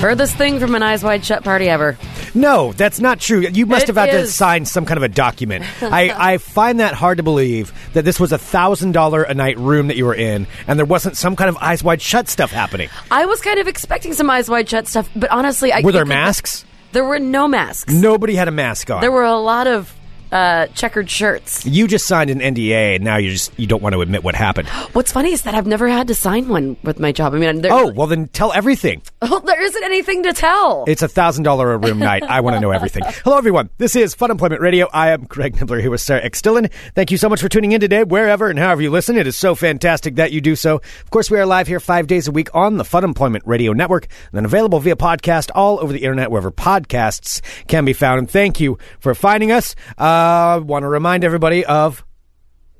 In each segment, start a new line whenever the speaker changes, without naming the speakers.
Furthest thing from an eyes wide shut party ever.
No, that's not true. You must
It
have had to
is.
sign some kind of a document. I, I find that hard to believe that this was a thousand dollar a night room that you were in, and there wasn't some kind of eyes wide shut stuff happening.
I was kind of expecting some eyes wide shut stuff, but honestly, I
Were there
it could-
masks?
There were no masks.
Nobody had a mask on.
There were a lot of uh, checkered shirts.
You just signed an NDA, and now you just you don't want to admit what happened.
What's funny is that I've never had to sign one with my job. I mean, there,
Oh well, then tell everything.
there isn't anything to tell.
It's a thousand dollar a room night. I want to know everything. Hello, everyone. This is Fun Employment Radio. I am Greg Nibbler here with Sarah Extillin. Thank you so much for tuning in today, wherever and however you listen. It is so fantastic that you do so. Of course, we are live here five days a week on the Fun Employment Radio Network, and then available via podcast all over the internet wherever podcasts can be found. And thank you for finding us. Uh, want to remind everybody of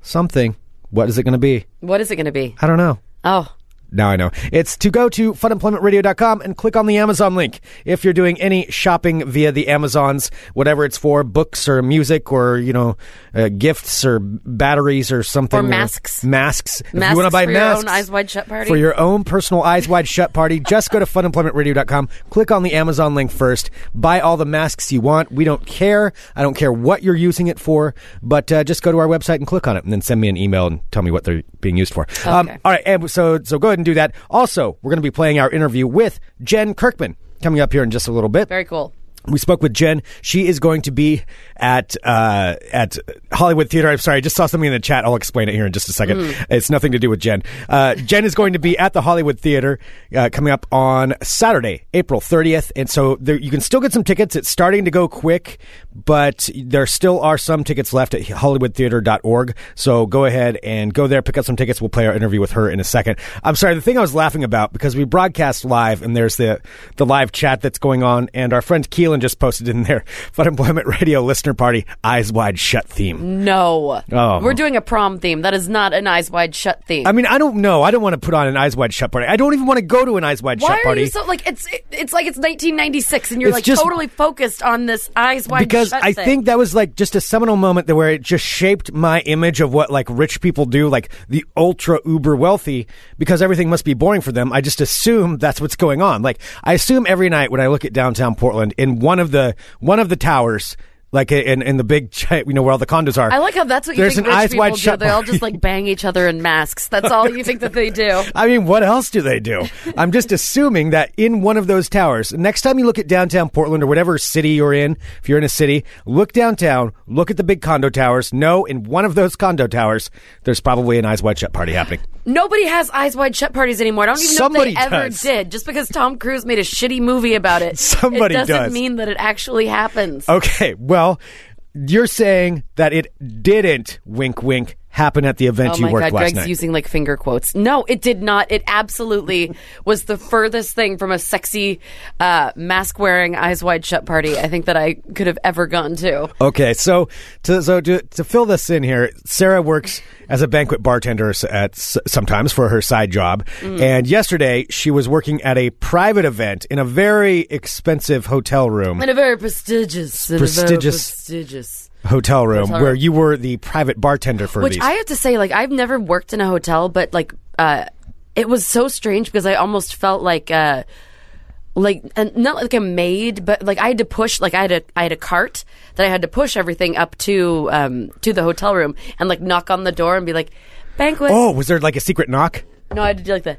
something. What is it going to be?
what is it going to be?
I don't know.
Oh,
Now I know. It's to go to funemploymentradio.com and click on the Amazon link. If you're doing any shopping via the Amazons, whatever it's for, books or music or, you know, uh, gifts or batteries or something.
Or masks.
Masks. If
Masks
you want to buy
for your
masks.
own Eyes Wide Shut party?
For your own personal Eyes Wide Shut party, just go to funemploymentradio.com, click on the Amazon link first, buy all the masks you want. We don't care. I don't care what you're using it for, but uh, just go to our website and click on it and then send me an email and tell me what they're being used for. Um, all right, and so so go ahead and do that. Also, we're going to be playing our interview with Jen Kirkman coming up here in just a little bit.
very cool.
We spoke with Jen. She is going to be at uh, at Hollywood Theater. I'm sorry, I just saw something in the chat. I'll explain it here in just a second. It's nothing to do with Jen. Uh, Jen is going to be at the Hollywood Theater uh, coming up on Saturday, April 30th, and so there, you can still get some tickets. It's starting to go quick, but there still are some tickets left at HollywoodTheater.org. So go ahead and go there, pick up some tickets. We'll play our interview with her in a second. I'm sorry, the thing I was laughing about because we broadcast live and there's the the live chat that's going on, and our friend Keelan just posted in there Fun Employment Radio listener party eyes wide shut theme.
No.
Oh.
We're doing a prom theme. That is not an eyes wide shut theme.
I mean, I don't know. I don't want to put on an eyes wide shut party. I don't even want to go to an eyes wide
Why
shut
are
party.
you so like it's it, it's like it's 1996 and you're
It's
like
just-
totally focused on this eyes wide
because
shut
I
thing.
think that was like just a seminal moment that where it just shaped my image of what like rich people do, like the ultra uber wealthy, because everything must be boring for them. I just assume that's what's going on. Like I assume every night when I look at downtown Portland in one of the one of the towers, like in in the big gi- you know where all the condos are.
I like how that's what you
there's
think
an
rich
eyes
people
wide
do.
shut
They all
bar.
just like bang each other in masks. That's all you think that they do.
I mean, what else do they do? I'm just assuming that in one of those towers, next time you look at downtown Portland or whatever city you're in, if you're in a city, look downtown, look at the big condo towers. No, in one of those condo towers, there's probably an eyes wide shut party happening.
Nobody has eyes wide shut parties anymore. I don't even
Somebody
know if they ever
does.
did. Just because Tom Cruise made a shitty movie about it,
Somebody
it doesn't
does.
mean that it actually happens.
Okay, well, you're saying that it didn't, wink, wink, happen at the event
Oh
you
my
worked
God,
last
Greg's
night.
using like finger quotes. No, it did not. It absolutely was the furthest thing from a sexy, uh, mask wearing, eyes wide shut party I think that I could have ever gotten to.
Okay, so to so to, to fill this in here, Sarah works as a banquet bartender s- at s- sometimes for her side job,
Mm.
and yesterday she was working at a private event in a very expensive hotel room.
In a very prestigious, in a very
Prestigious.
prestigious.
Hotel room
Hotel
where
room.
you were the private bartender for
Which
these.
I have to say, like I've never worked in a hotel, but like uh, it was so strange because I almost felt like. Uh, like and not like a maid, but like I had to push like I had a I had a cart that I had to push everything up to um to the hotel room and like knock on the door and be like banquets.
oh, was there like a secret knock?
No, I had to do like the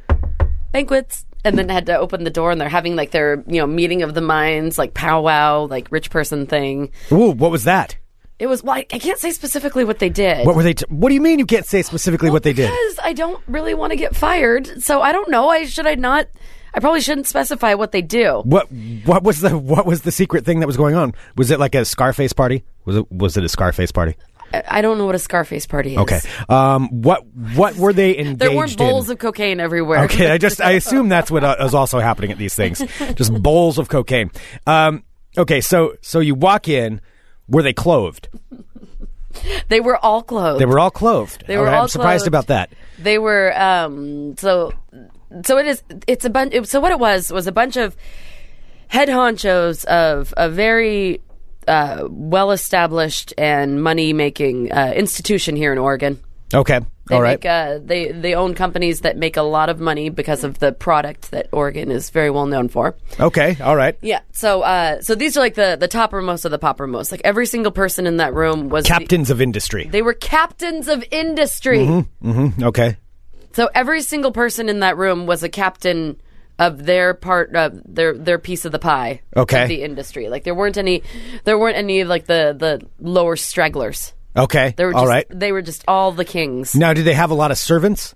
banquets and then had to open the door and they're having like their you know meeting of the minds like powwow like rich person thing.
Ooh, what was that?
It was well I, I can't say specifically what they did.
What were they? T- what do you mean you can't say specifically what they did?
Because I don't really want to get fired, so I don't know. I should I not? I probably shouldn't specify what they do.
What what was the what was the secret thing that was going on? Was it like a Scarface party? Was it was it a Scarface party?
I, I don't know what a Scarface party is.
Okay. Um. What what were they engaged
There weren't
in?
bowls of cocaine everywhere.
Okay, I just I assume that's what uh, is also happening at these things. Just bowls of cocaine. Um, okay, so so you walk in. Were they clothed?
They were all clothed.
They were all clothed.
They were
right,
all
I'm surprised
clothed.
about that.
They were, um, so so it is. It's a bunch. So what it was was a bunch of head honchos of a very uh, well-established and money-making uh, institution here in Oregon.
Okay.
They
All right.
Make, uh, they they own companies that make a lot of money because of the product that Oregon is very well known for.
okay. All right.
Yeah. So uh, so these are like the the toppermost of the poppermost. Like every single person in that room was the-
Captains of industry.
they were captains of industry.
Mm-hmm. Okay.
So every single person in that room was a captain of their part of their their piece of the pie.
Okay.
Of the industry. Like there weren't any there weren't any like the the lower stragglers.
Okay.
They were just,
All right.
They were just all the kings.
Now, did they have a lot of servants?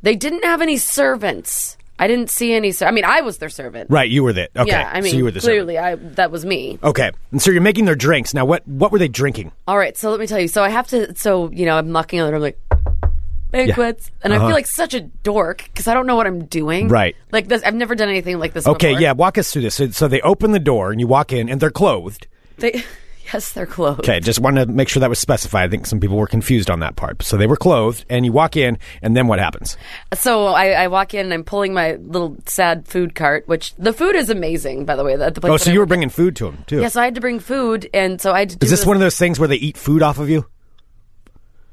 They didn't have any servants. I didn't see any. Ser- I mean, I was their servant.
Right. You were the. Okay.
Yeah. I mean,
so you were the servant.
clearly, I that was me.
Okay. And so you're making their drinks. Now, what what were they drinking?
All right, so let me tell you. So I have to. So you know, I'm knocking on the door. I'm like, banquets, and I feel like such a dork because I don't know what I'm doing.
Uh-huh. Right.
Like this, I've never done anything like this.
Okay.
before.
Yeah. Walk us through this. So, so they open the door and you walk in and they're clothed.
They, yes, they're closed.
Okay. Just wanted to make sure that was specified. I think some people were confused on that part. So they were clothed and you walk in and then what happens?
So I, I walk in and I'm pulling my little sad food cart, which the food is amazing, by the way. At the place
Oh,
that
so
I
you were
work at.
bringing food to them too.
Yeah, so I had to bring food, and so I had to. Do
Is this one of those things where they eat food off of you?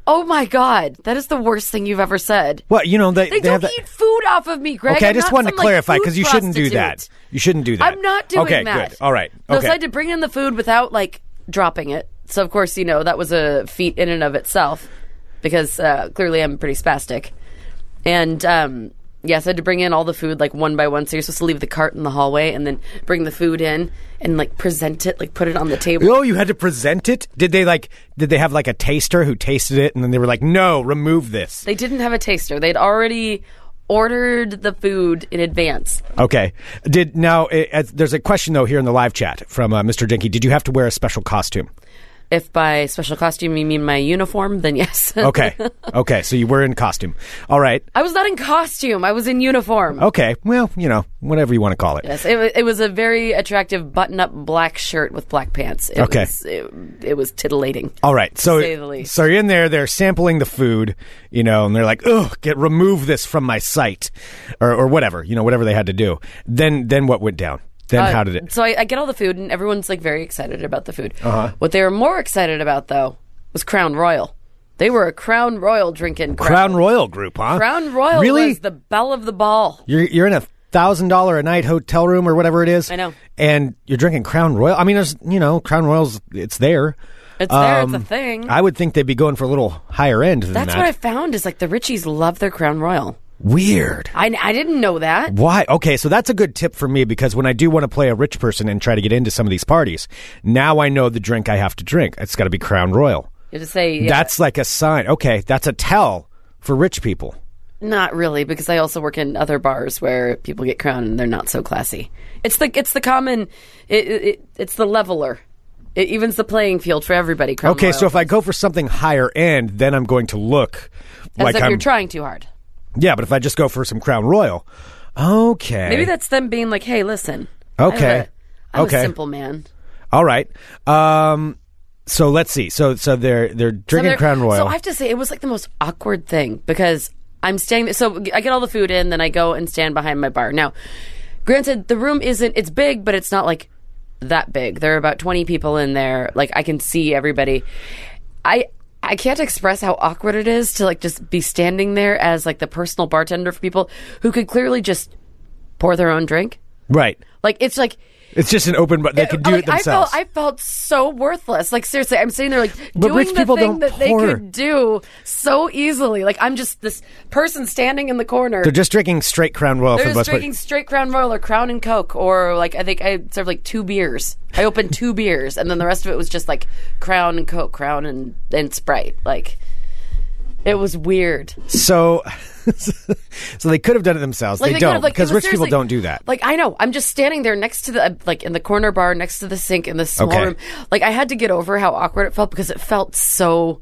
Oh my god, that is the worst thing you've ever said.
Well, you know they,
They,
have
don't
that.
eat food off of me, Greg.
okay,
I'm
I just
not
wanted
some,
to
like,
clarify
food
because you shouldn't do that.
prostitute.
You shouldn't do that.
I'm not doing
okay,
that.
Good. All right.
No,
Okay.
so I had to bring in the food without like dropping it. So of course, you know that was a feat in and of itself, because uh, clearly I'm pretty spastic, and um, yes, I had to bring in all the food like one by one. So you're supposed to leave the cart in the hallway and then bring the food in and like present it, like put it on the table.
Oh, you had to present it. Did they like? Did they have like a taster who tasted it, and then they were like, "No, remove this."
They didn't have a taster. They'd already ordered the food in advance.
Okay. Did now? eh, eh, there's a question though here in the live chat from uh, Mr. Dinky. Did you have to wear a special costume?
If by special costume you mean my uniform, then yes.
Okay. okay. So you were in costume. All right.
I was not in costume. I was in uniform.
Okay. Well, you know, whatever you want to call it.
Yes, it, wa- it was a very attractive button-up black shirt with black pants. It
Okay.
was, it, it was titillating.
All right. So,
say the least.
so you're in there. They're sampling the food, you know, and they're like, "Ugh, get remove this from my sight," or, or whatever, you know, whatever they had to do. Then, then what went down? Then
Uh,
how did it?
So I, I get all the food, and everyone's like very excited about the food. Uh-huh. What they were more excited about, though, was Crown Royal. They were a Crown Royal drinking crowd.
Crown Royal Group, huh?
Crown Royal
Really?
was the belle of the ball.
you're you're in a thousand dollar a night hotel room or whatever it is.
I know.
And you're drinking Crown Royal. I mean, there's you know, Crown Royals. It's there.
It's there. It's a thing.
Um, I would think they'd be going for a little higher end than
That's
that.
what I found is like the Richies love their Crown Royal.
Weird.
I, I didn't know that.
Why? Okay, so that's a good tip for me because when I do want to play a rich person and try to get into some of these parties, now I know the drink I have to drink. It's got to be Crown Royal.
You just say yeah,
That's like a sign. Okay, that's a tell for rich people.
Not really, because I also work in other bars where people get crowned and they're not so classy. It's the it's the common, it, it, it- it's the leveler. It evens the playing field for everybody. Crown
Okay, so
Royal.
if I go for something higher end, then I'm going to look
as
like
if
I'm
you're trying too hard,
Yeah, but if I just go for some Crown Royal, okay.
maybe that's them being like, "Hey, listen,
Okay.
I'm, a, I'm
Okay.
a simple man."
All right. Um so let's see. So so they're they're
So
drinking
there-
Crown Royal.
So I have to say, it was like the most awkward thing because I'm standing. So I get all the food in, then I go and stand behind my bar. Now, granted, the room isn't. It's big, but it's not like that big. There are about 20 people in there. Like I can see everybody. I. I can't express how awkward it is to like just be standing there as like the personal bartender for people who could clearly just pour their own drink.
right.
Like it's like
It's just an open but they could do
like,
it themselves.
I felt I felt so worthless. Like seriously, I'm sitting there like
But
doing
rich
the
people
thing
don't
that
pour.
they could do so easily. Like I'm just this person standing in the corner.
they're just drinking straight Crown Royal
They're
for the
just
most
drinking
part.
straight Crown Royal or Crown and Coke or like I think I served like two beers. I opened two beers and then the rest of it was just like Crown and Coke, Crown and and Sprite. Like it was weird.
So so they could have done it themselves.
Like
they,
could
don't
have, like,
because
it was
rich people
seriously-
don't do that.
Like I know, I'm just standing there next to the uh, like in the corner bar next to the sink in the small
Okay.
room. Like I had to get over how awkward it felt because it felt so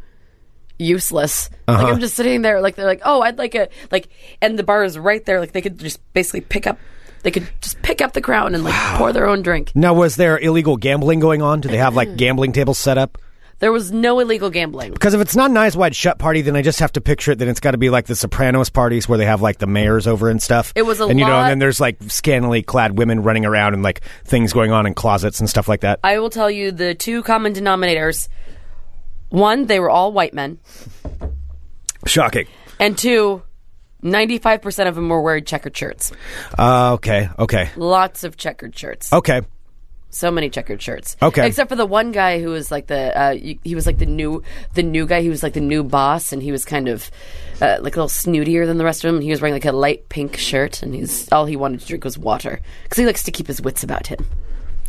useless.
Uh-huh.
Like I'm just sitting there like they're like, "Oh, I'd like a like and the bar is right there like they could just basically pick up they could just pick up the crown and like pour their own drink. Mm.
now was there illegal gambling going on? Do they have like gambling tables set up?
There was no illegal gambling.
Because if it's not an eyes wide shut party, then I just have to picture it. Then it's got to be like the Sopranos parties where they have like the mayors over and stuff.
It was a
and you know,
lot-
and then there's like scantily clad women running around and like things going on in closets and stuff like that.
I will tell you the two common denominators. One, they were all white men,
Shocking.
and two, 95% of them were wearing checkered shirts.
Uh, okay, okay,
Lots of checkered shirts.
okay.
So many checkered shirts.
Oh. Okay.
Except for the one guy who was like the uh, y- he was like the new the new guy. He was like the new boss, and he was kind of uh, like a little snootier than the rest of them. He was wearing like a light pink shirt, and he's all he wanted to drink was water because he likes to keep his wits about him.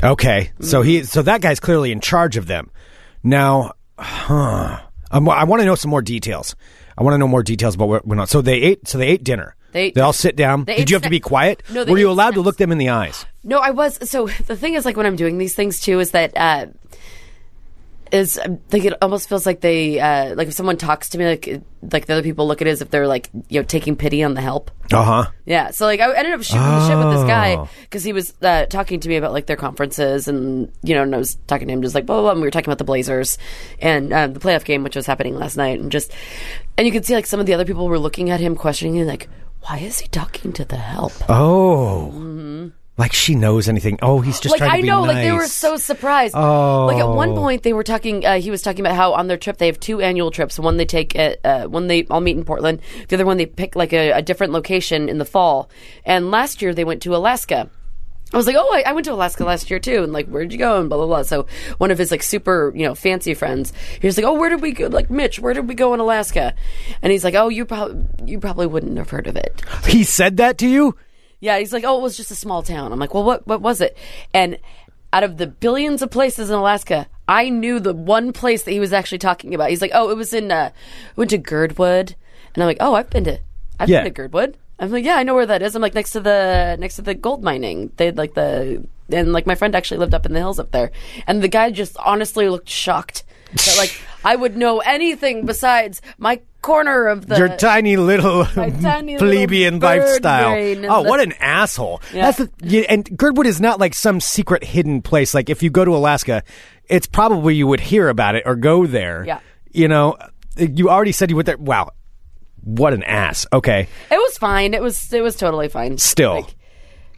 Okay, so he, so that guy's clearly in charge of them. Now, huh? I'm, I want to know some more details. I want to know more details about what went on. So they ate. So they ate dinner.
They ate-
all sit down.
they
Did
ate
you have to be
snacks.
quiet?
No, they
Were you
ate
allowed to
snacks.
look them in the eyes?
No, I was. So the thing is, like when I'm doing these things too, is that uh, is um, like it almost feels like they uh, like if someone talks to me, like it- like the other people look at it as if they're like you know taking pity on the help.
Uh huh.
Yeah. So like I ended up shooting the shit with this guy because he was uh, talking to me about like their conferences and you know and I was talking to him just like blah blah. blah and we were talking about the Blazers and um, the playoff game which was happening last night and just and you could see like some of the other people were looking at him questioning him like why is he talking to the help.
Oh. Like she knows anything. Oh, he's just
Mm-hmm. like
trying to
I
be
know, like they
nice.
were so surprised. Oh, like at one point they were talking. Uh, he was talking about how on their trip they have two annual trips. One they take at uh, one they all meet in Portland. The other one they pick like a, a different location in the fall. And last year they went to Alaska. I was like, oh, I, I went to Alaska last year too, and like, where'd you go? And blah blah blah. So one of his like super, you know, fancy friends, he was like, oh, where did we go? Like Mitch, where did we go in Alaska? And he's like, oh, you probably you probably wouldn't have heard of it.
He said that to you?
Yeah, he's like, oh, it was just a small town. I'm like, well, what what was it? And out of the billions of places in Alaska, I knew the one place that he was actually talking about. He's like, oh, it was in uh, went to Girdwood, and I'm like, oh, I've been to, I've
Yeah.
been to Girdwood. I'm like, yeah, I know where that is. I'm like next to the next to the gold mining. They like the and like my friend actually lived up in the hills up there, and the guy just honestly looked shocked that like I would know anything besides my corner of the
Your tiny little
My tiny little
plebeian
bird
lifestyle.
brain and
Oh,
the-
what an asshole!
Yeah.
That's the, yeah, and Girdwood is not like some secret hidden place. Like if you go to Alaska, it's probably you would hear about it or go there.
Yeah.
You know, you already said you went there. Wow, what an ass. Okay,
It was fine. It was it was totally fine.
still.
Like,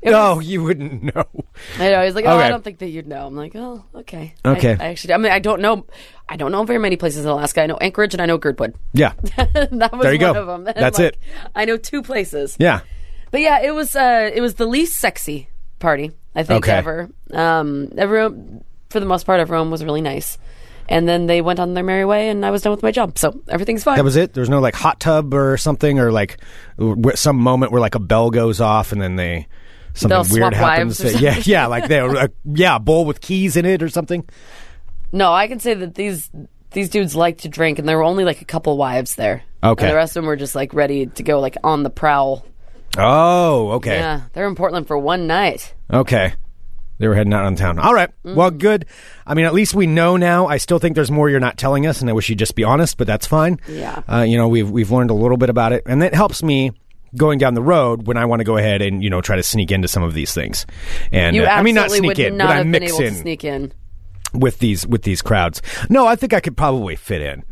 it
no,
was-
you wouldn't know.
I know. He's like, oh,
Okay.
I don't think that you'd know. I'm like, oh, okay.
Okay.
I, I actually, I mean, I don't know, I don't know very many places in Alaska. I know Anchorage and I know Girdwood.
Yeah,
that was
There you
one
go.
of them. And,
That's
like,
it.
I know two places.
yeah.
But yeah, it was uh, it was the least sexy party I think
Okay.
ever. Um, everyone, for the most part, everyone was really nice. And then they went on their merry way, and I was done with my job. So everything's fine.
That was it. There was no like hot tub or something, or like w- some moment where like a bell goes off and then they something
They'll swap
weird happens.
wives or
yeah, yeah, like they uh, yeah, a bowl with keys in it or something.
No, I can say that these these dudes like to drink, and there were only like a couple wives there.
Okay.
And the rest of them were just like ready to go, like on the prowl.
Oh, okay,
Yeah, they're in Portland for one night.
okay. They were heading out on town. All right.
Mm-hmm.
Well, good. I mean, at least we know now. I still think there's more you're not telling us, and I wish you'd just be honest, but that's fine.
Yeah.
Uh, you know, we've we've learned a little bit about it, and that helps me going down the road when I want to go ahead and you know try to sneak into some of these things. And
You
uh,
absolutely
I mean, not sneak
would
in,
not
but I
have
mix
been able
in.
to sneak in.
with these with these crowds. No, I think I could probably fit in.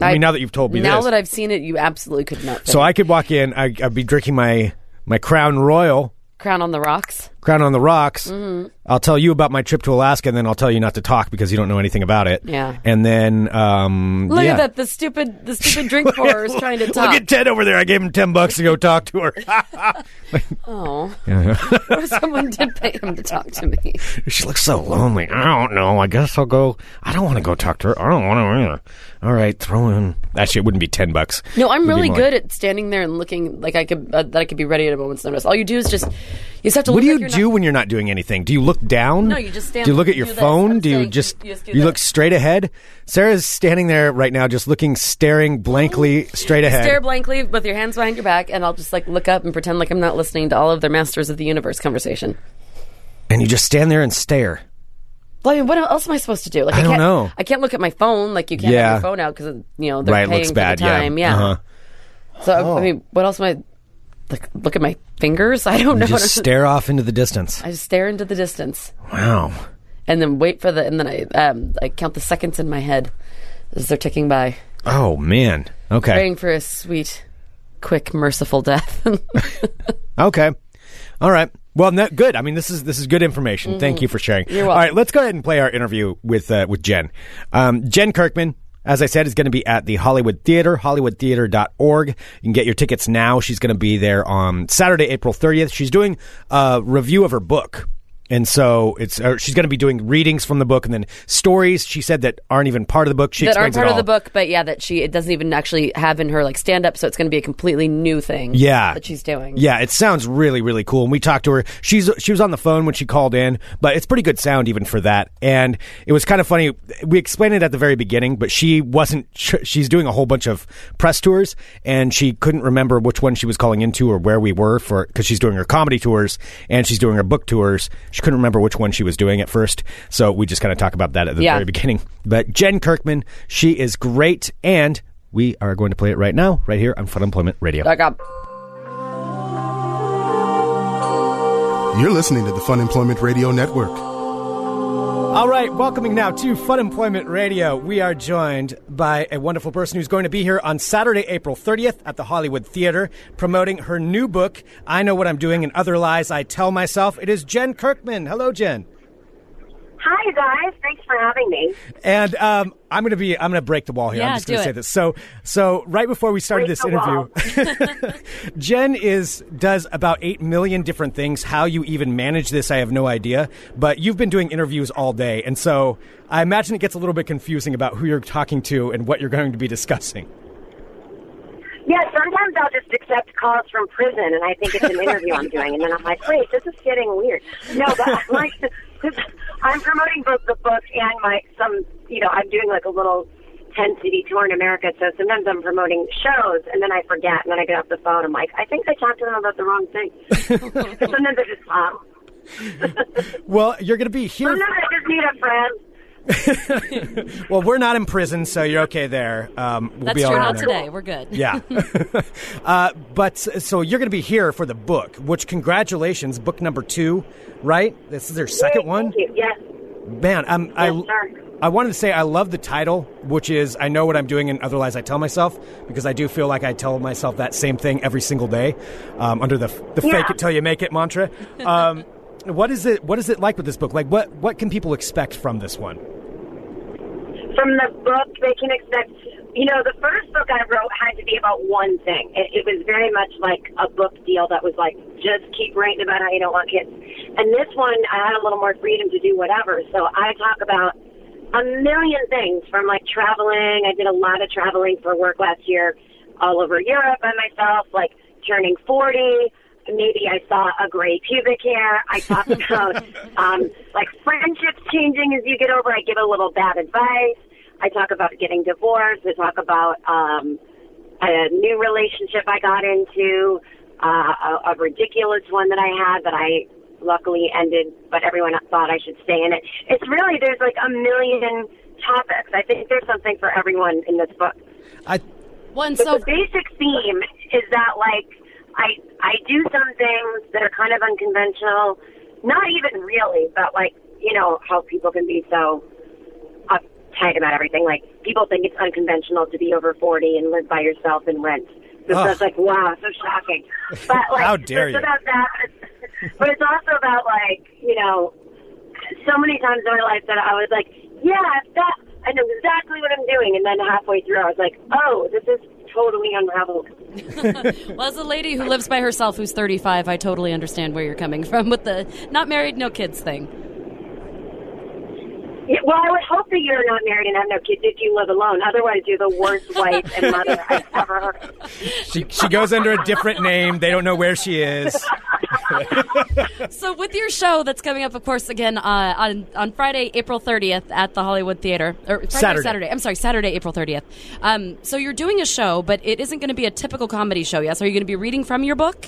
I, mean, now that you've told me
now
this,
that I've seen it, you absolutely could not. fit
so
in.
I could walk in. I, I'd be drinking my my Crown Royal,
Crown on the rocks.
Crown on the Rocks.
Mm-hmm.
I'll tell you about my trip to Alaska, and then I'll tell you not to talk because you don't know anything about it.
Yeah.
and then um,
Look
yeah.
at that! The stupid, the stupid drink pourer is trying to talk.
Look at Ted over there. I gave him ten bucks to go talk to her.
oh, or someone did pay him to talk to me.
she looks so lonely. I don't know. I guess I'll go. I don't want to go talk to her. I don't want to. Either. All right, throw in. Actually, it wouldn't be ten bucks.
No, I'm
It'd be
really
more.
good at standing there and looking like I could uh, that I could be ready at a moment's notice. All you do is just you just have to.
What
look
do
like
you
you're
do when you're not doing anything? Do you look down?
No, you just stand-
Do you look at your
do this.
phone?
I'm
Do you
saying
just
you just do
you look
this.
straight ahead? Sarah's standing there right now, just looking, staring blankly straight ahead.
stare blankly with your hands behind your back, and I'll just like look up and pretend like I'm not listening to all of their Masters of the Universe conversation.
and you just stand there and stare.
Well, I mean, what else am I supposed to do? Like, I,
I don't
can't,
know.
I can't look at my phone. Like, you can't
Yeah.
have your phone out because you know they're
right, it
paying
looks
for
bad.
the time. Yeah.
Uh-huh.
So I mean, what else am I? Like, look at my fingers. I don't know.
You just stare off into the distance.
I just stare into the distance.
Wow.
and then wait for the and then I um I count the seconds in my head as they're ticking by,
Oh man. Okay.
praying for a sweet, quick, merciful death.
Okay. All right. Well, no, good. I mean, this is this is good information. Thank you for sharing.
Mm-hmm. You're
All
welcome.
right, let's go ahead and play our interview with uh, with Jen. Um, Jen Kirkman, as I said, is going to be at the Hollywood Theater, hollywoodtheater.org. You can get your tickets now. She's going to be there on Saturday, April 30th. She's doing a review of her book. And so it's uh, she's going to be doing readings from the book and then stories she said that aren't even part of the book. She
that aren't
explains
part
it
of the
all.
book, but yeah, that she it doesn't even actually have in her like stand up, so it's going to be a completely new thing.
Yeah.
that she's doing.
Yeah, it sounds really, really cool. And we talked to her. She's she was on the phone when she called in, but it's pretty good sound even for that. And it was kind of funny. We explained it at the very beginning, but she wasn't. Sh- she's doing a whole bunch of press tours, and she couldn't remember which one she was calling into or where we were for because she's doing her comedy tours and she's doing her book tours. She couldn't remember which one she was doing at first, so we just kind of talk about that at the
Yeah.
very beginning. But Jen Kirkman, she is great, and we are going to play it right now, right here on Fun Employment Radio.
Dot com.
You're listening to the Fun Employment Radio Network.
All right, welcoming now to Fun Employment Radio. We are joined by a wonderful person who's going to be here on Saturday, April 30th at the Hollywood Theater promoting her new book, I Know What I'm Doing and Other Lies I Tell Myself. It is Jen Kirkman. Hello, Jen.
Hi guys, thanks for having me.
And um, I'm going to be I'm going to break the wall here. I'm
Yeah,
just going
do
to say
it.
this. So so right before we started
Break
this
the
interview, Jen is does about 8 million different things. How you even manage this, I have no idea, but you've been doing interviews all day. And so I imagine it gets a little bit confusing about who you're talking to and what you're going to be discussing.
Yeah, sometimes I'll just accept calls from prison, and I think it's an interview I'm doing, and then I'm like, wait, this is getting weird. No, but I'm like, I'm promoting both the book and my some, you know, I'm doing like a little ten city tour in America, so sometimes I'm promoting shows, and then I forget, and then I get off the phone, I'm like, I think I talked to them about the wrong thing. sometimes I just, um,
Well, you're going to be here.
sometimes I just need a friend.
Well, we're not in prison, so you're okay there. Um, we'll be all right there.
We're good.
Yeah. uh, but s- so you're going to be here for the book, which congratulations, book number two, right? This is their second
Yay,
one.
Thank you. Yes.
Man, um, I,
Yes, sir.
I wanted to say I love the title, which is I Know What I'm Doing and Other Lies I Tell Myself, because I do feel like I tell myself that same thing every single day um, under the, f- the
Yeah.
fake it till you make it mantra. Um, what is it? What is it like with this book? Like, what, what can people expect from this one?
from the book, they can expect. You know, the first book I wrote had to be about one thing. It, it was very much like a book deal that was like, just keep writing about how you don't want kids. And this one, I had a little more freedom to do whatever. So I talk about a million things from like traveling. I did a lot of traveling for work last year, all over Europe by myself. Like turning forty, maybe I saw a gray pubic hair. I talk about um, like friendships changing as you get older. I give a little bad advice. I talk about getting divorced. I talk about um, a new relationship I got into, uh, a, a ridiculous one that I had that I luckily ended, but everyone thought I should stay in it. It's really there's like a million topics. I think there's something for everyone in this book.
I,
One
But
so
the basic theme is that like I I do some things that are kind of unconventional, not even really, but like you know how people can be so uptight about everything. Like people think it's unconventional to be over forty and live by yourself and rent. So
Ugh.
it's like wow, so shocking. But like
How dare
it's
you.
about that. But it's also about like you know so many times in my life that I was like, yeah, that I know exactly what I'm doing, and then halfway through, I was like, oh, this is totally unraveled.
Well, as a lady who lives by herself who's 35, I totally understand where you're coming from with the not married, no kids thing.
Yeah, well, I would hope that you're not married and have no kids if you live alone. Otherwise, you're the worst wife and mother I've ever heard.
she, she goes under a different name. They don't know where she is.
So, with your show that's coming up, of course, again uh, on on Friday, April 30th at the Hollywood Theater, or Friday, or
Saturday.
Saturday. I'm sorry, Saturday, April 30th. Um, so, you're doing a show, but it isn't going to be a typical comedy show. Yes, are you going to be reading from your book?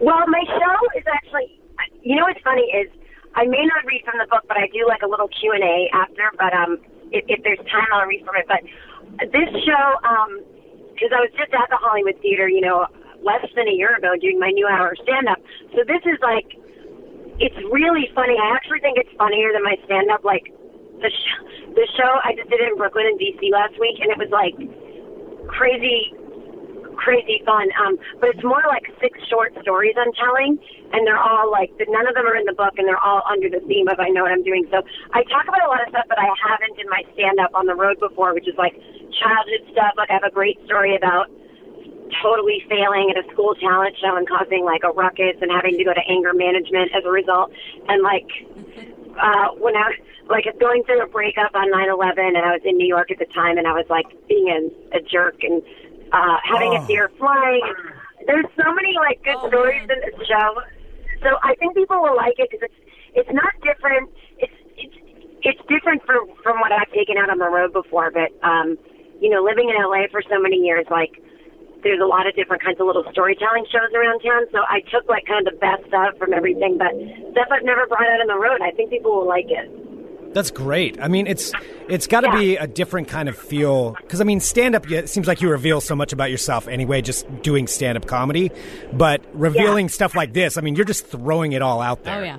Well, my show is actually, you know what's funny is I may not read from the book, but I do like a little Q and A after. But um, if, if there's time, I'll read from it. But this show, um, because I was just at the Hollywood Theater, you know, less than a year ago, doing my new hour stand up. So this is like it's really funny. I actually think it's funnier than my stand up. Like the sh- the show I just did in Brooklyn and DC last week, and it was like crazy, crazy fun. Um, but it's more like six short stories I'm telling, and they're all like the, none of them are in the book, and they're all under the theme of I know what I'm doing. So I talk about a lot of stuff that I haven't in my stand up on the road before, which is like childhood stuff. Like I have a great story about totally failing at a school talent show and causing like a ruckus and having to go to anger management as a result. And like uh, when I like going through a breakup on 9/11, and I was in New York at the time, and I was like being a, a jerk and uh, having a fear of flying. There's so many like good
Oh,
stories
man.
in this show, so I think people will like it because it's it's not different. It's it's it's different from from what I've taken out on the road before, but um, you know, living in LA for so many years, like there's a lot of different kinds of little storytelling shows around town. So I took like kind of the best stuff from everything, but stuff I've never brought out on the road. I think people will like it.
That's great. I mean, it's it's got to be a different kind of feel because I mean, stand up. It seems like you reveal so much about yourself anyway, just doing stand up comedy. But revealing stuff like this, I mean, you're just throwing it all out there.
Oh yeah.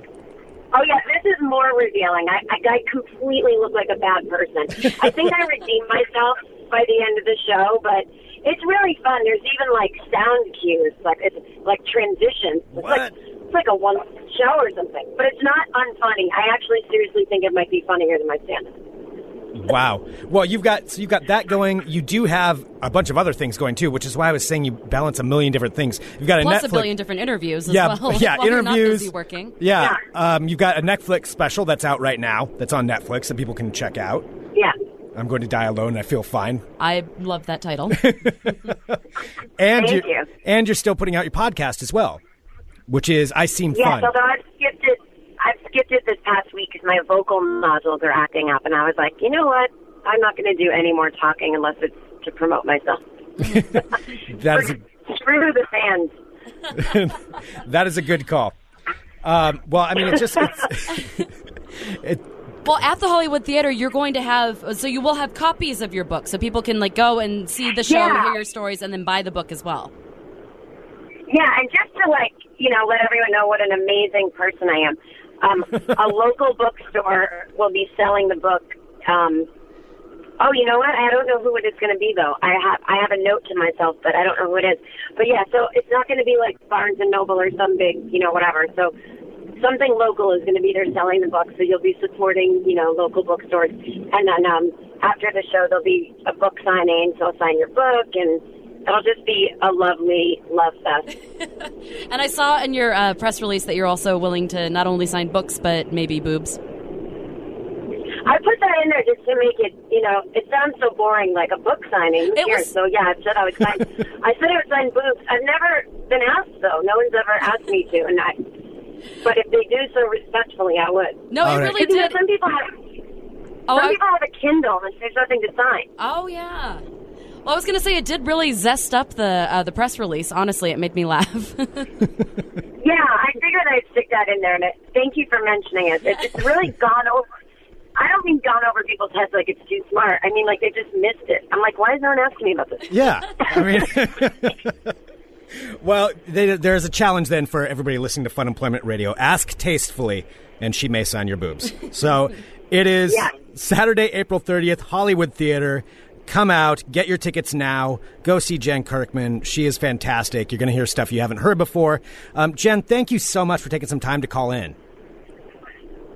Oh yeah, this is more revealing. I, I, I completely look like a bad person. I think I redeemed myself by the end of the show, but it's really fun. There's even like sound cues, like it's like transitions. It's
What?
like it's like a one show or something, but it's not unfunny. I actually seriously think it might be funnier than my stand-up.
Wow. Well, you've got so you've got that going. You do have a bunch of other things going too, which is why I was saying you balance a million different things. You've got a
Plus
Netflix,
a billion different interviews as
yeah,
well.
yeah,
while you're not
interviews,
busy working.
Yeah, Um, you've got a Netflix special that's out right now. That's on Netflix that people can check out.
Yeah.
I'm going to die alone. I feel fine.
I love that title.
And
Thank
you're,
you.
And you're still putting out your podcast as well, which is I Seem
Yes,
Fun.
although I've skipped it. I've skipped it this past week because my vocal nodules are acting up, and I was like, you know what? I'm not going to do any more talking unless it's to promote myself.
That is
Screw the fans.
a, that is a good call. Um, well, I mean, it just it's, it,
well, at the Hollywood Theater, you're going to have so you will have copies of your book, so people can like go and see the show, and
Yeah.
hear your stories, and then buy the book as well.
Yeah, and just to like, you know, let everyone know what an amazing person I am. Um, a local bookstore will be selling the book. Um, oh, you know what? I don't know who it is going to be though. I have I have a note to myself, but I don't know who it is. But yeah, so it's not going to be like Barnes and Noble or some big, you know, whatever. So something local is going to be there selling the book, so you'll be supporting, you know, local bookstores. And then um, after the show, there'll be a book signing, so I'll sign your book, and it'll just be a lovely love fest.
And I saw in your uh, press release that you're also willing to not only sign books but maybe boobs.
I put that in there just to make it, you know, it sounds so boring, like a book signing.
It
Here,
was-
So yeah, I said I would sign. I said I would sign boobs. I've never been asked though. No one's ever asked me to, and I. But if they do so respectfully, I would.
No,
All
it
right.
really
You know,
did.
some people have.
Oh,
some
I-
people have a Kindle and there's nothing to sign.
Oh yeah. Well, I was gonna say it did really zest up the uh, the press release. Honestly, it made me laugh.
Yeah, I figured I'd stick that in there, and it, thank you for mentioning it. It's, it's really gone over. I don't mean gone over people's heads like it's too smart. I mean like they just missed it. I'm like, why is no one asking me about this?
yeah. I mean, well, they, there's a challenge then for everybody listening to Fun Employment Radio. Ask tastefully, and she may sign your boobs. So it is
Yeah.
Saturday, April 30th, Hollywood Theater. Come out, get your tickets now. Go see Jen Kirkman. She is fantastic. You're going to hear stuff you haven't heard before. Um, Jen, thank you so much for taking some time to call in.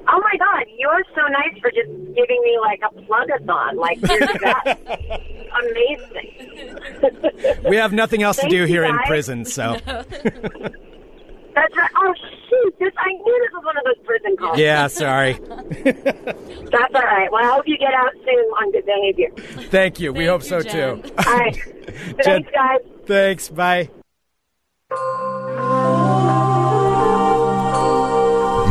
Oh my God, you're so nice for just giving me like a plug-a-thon. Like you're the best. Amazing.
We have nothing else
Thank
to do
you,
here in
guys.
prison, so
That's right. Oh shoot, this I knew this was one of those prison calls.
yeah, sorry.
That's all right. Well, I hope you get out soon on good behavior.
Thank you. we
Thank
hope
you,
so
Jen.
too.
All right. Thanks, guys.
Thanks. Bye.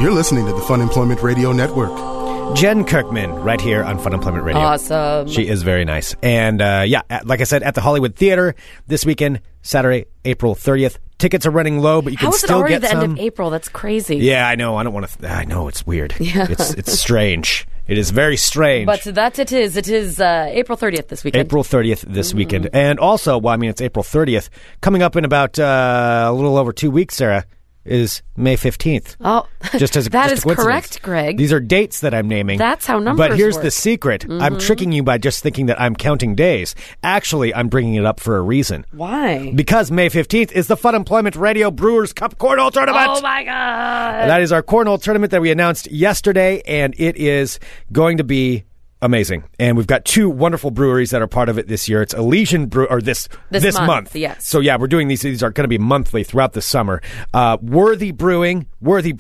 You're listening to the Fun Employment Radio Network.
Jen Kirkman, right here on Fun Employment Radio.
Awesome.
She is very nice. And uh, yeah, at- like I said, at the Hollywood Theater this weekend, Saturday, April 30th. Tickets are running low, but you can
How is it
still
already
get
the
some.
end of April? That's crazy.
Yeah, I know. I don't want to. Th- I know it's weird. Yeah. It's it's strange. It is very strange.
But that it is. It is uh, April 30th this weekend. Mm-hmm.
April 30th this weekend. And also, well, I mean, it's April 30th. Coming up in about uh, a little over two weeks, Sarah, is May 15th.
Oh,
just as a-
that
just a
is
coincidence.
correct, Greg.
These are dates that I'm naming.
That's how
But
numbers
here's the
work. Mm-hmm.
secret: I'm tricking you by just thinking that I'm counting days. Actually, I'm bringing it up for a reason.
Why?
Because May 15th is the Fun Employment Radio Brewers Cup Cornhole Tournament.
Oh my god!
And that is our cornhole tournament that we announced yesterday, and it is going to be amazing. And we've got two wonderful breweries that are part of it this year. It's Elysian Brew or this
This
month.
month, yes.
So yeah, we're doing these. These are going to be monthly throughout the summer. Uh, Worthy Brewing,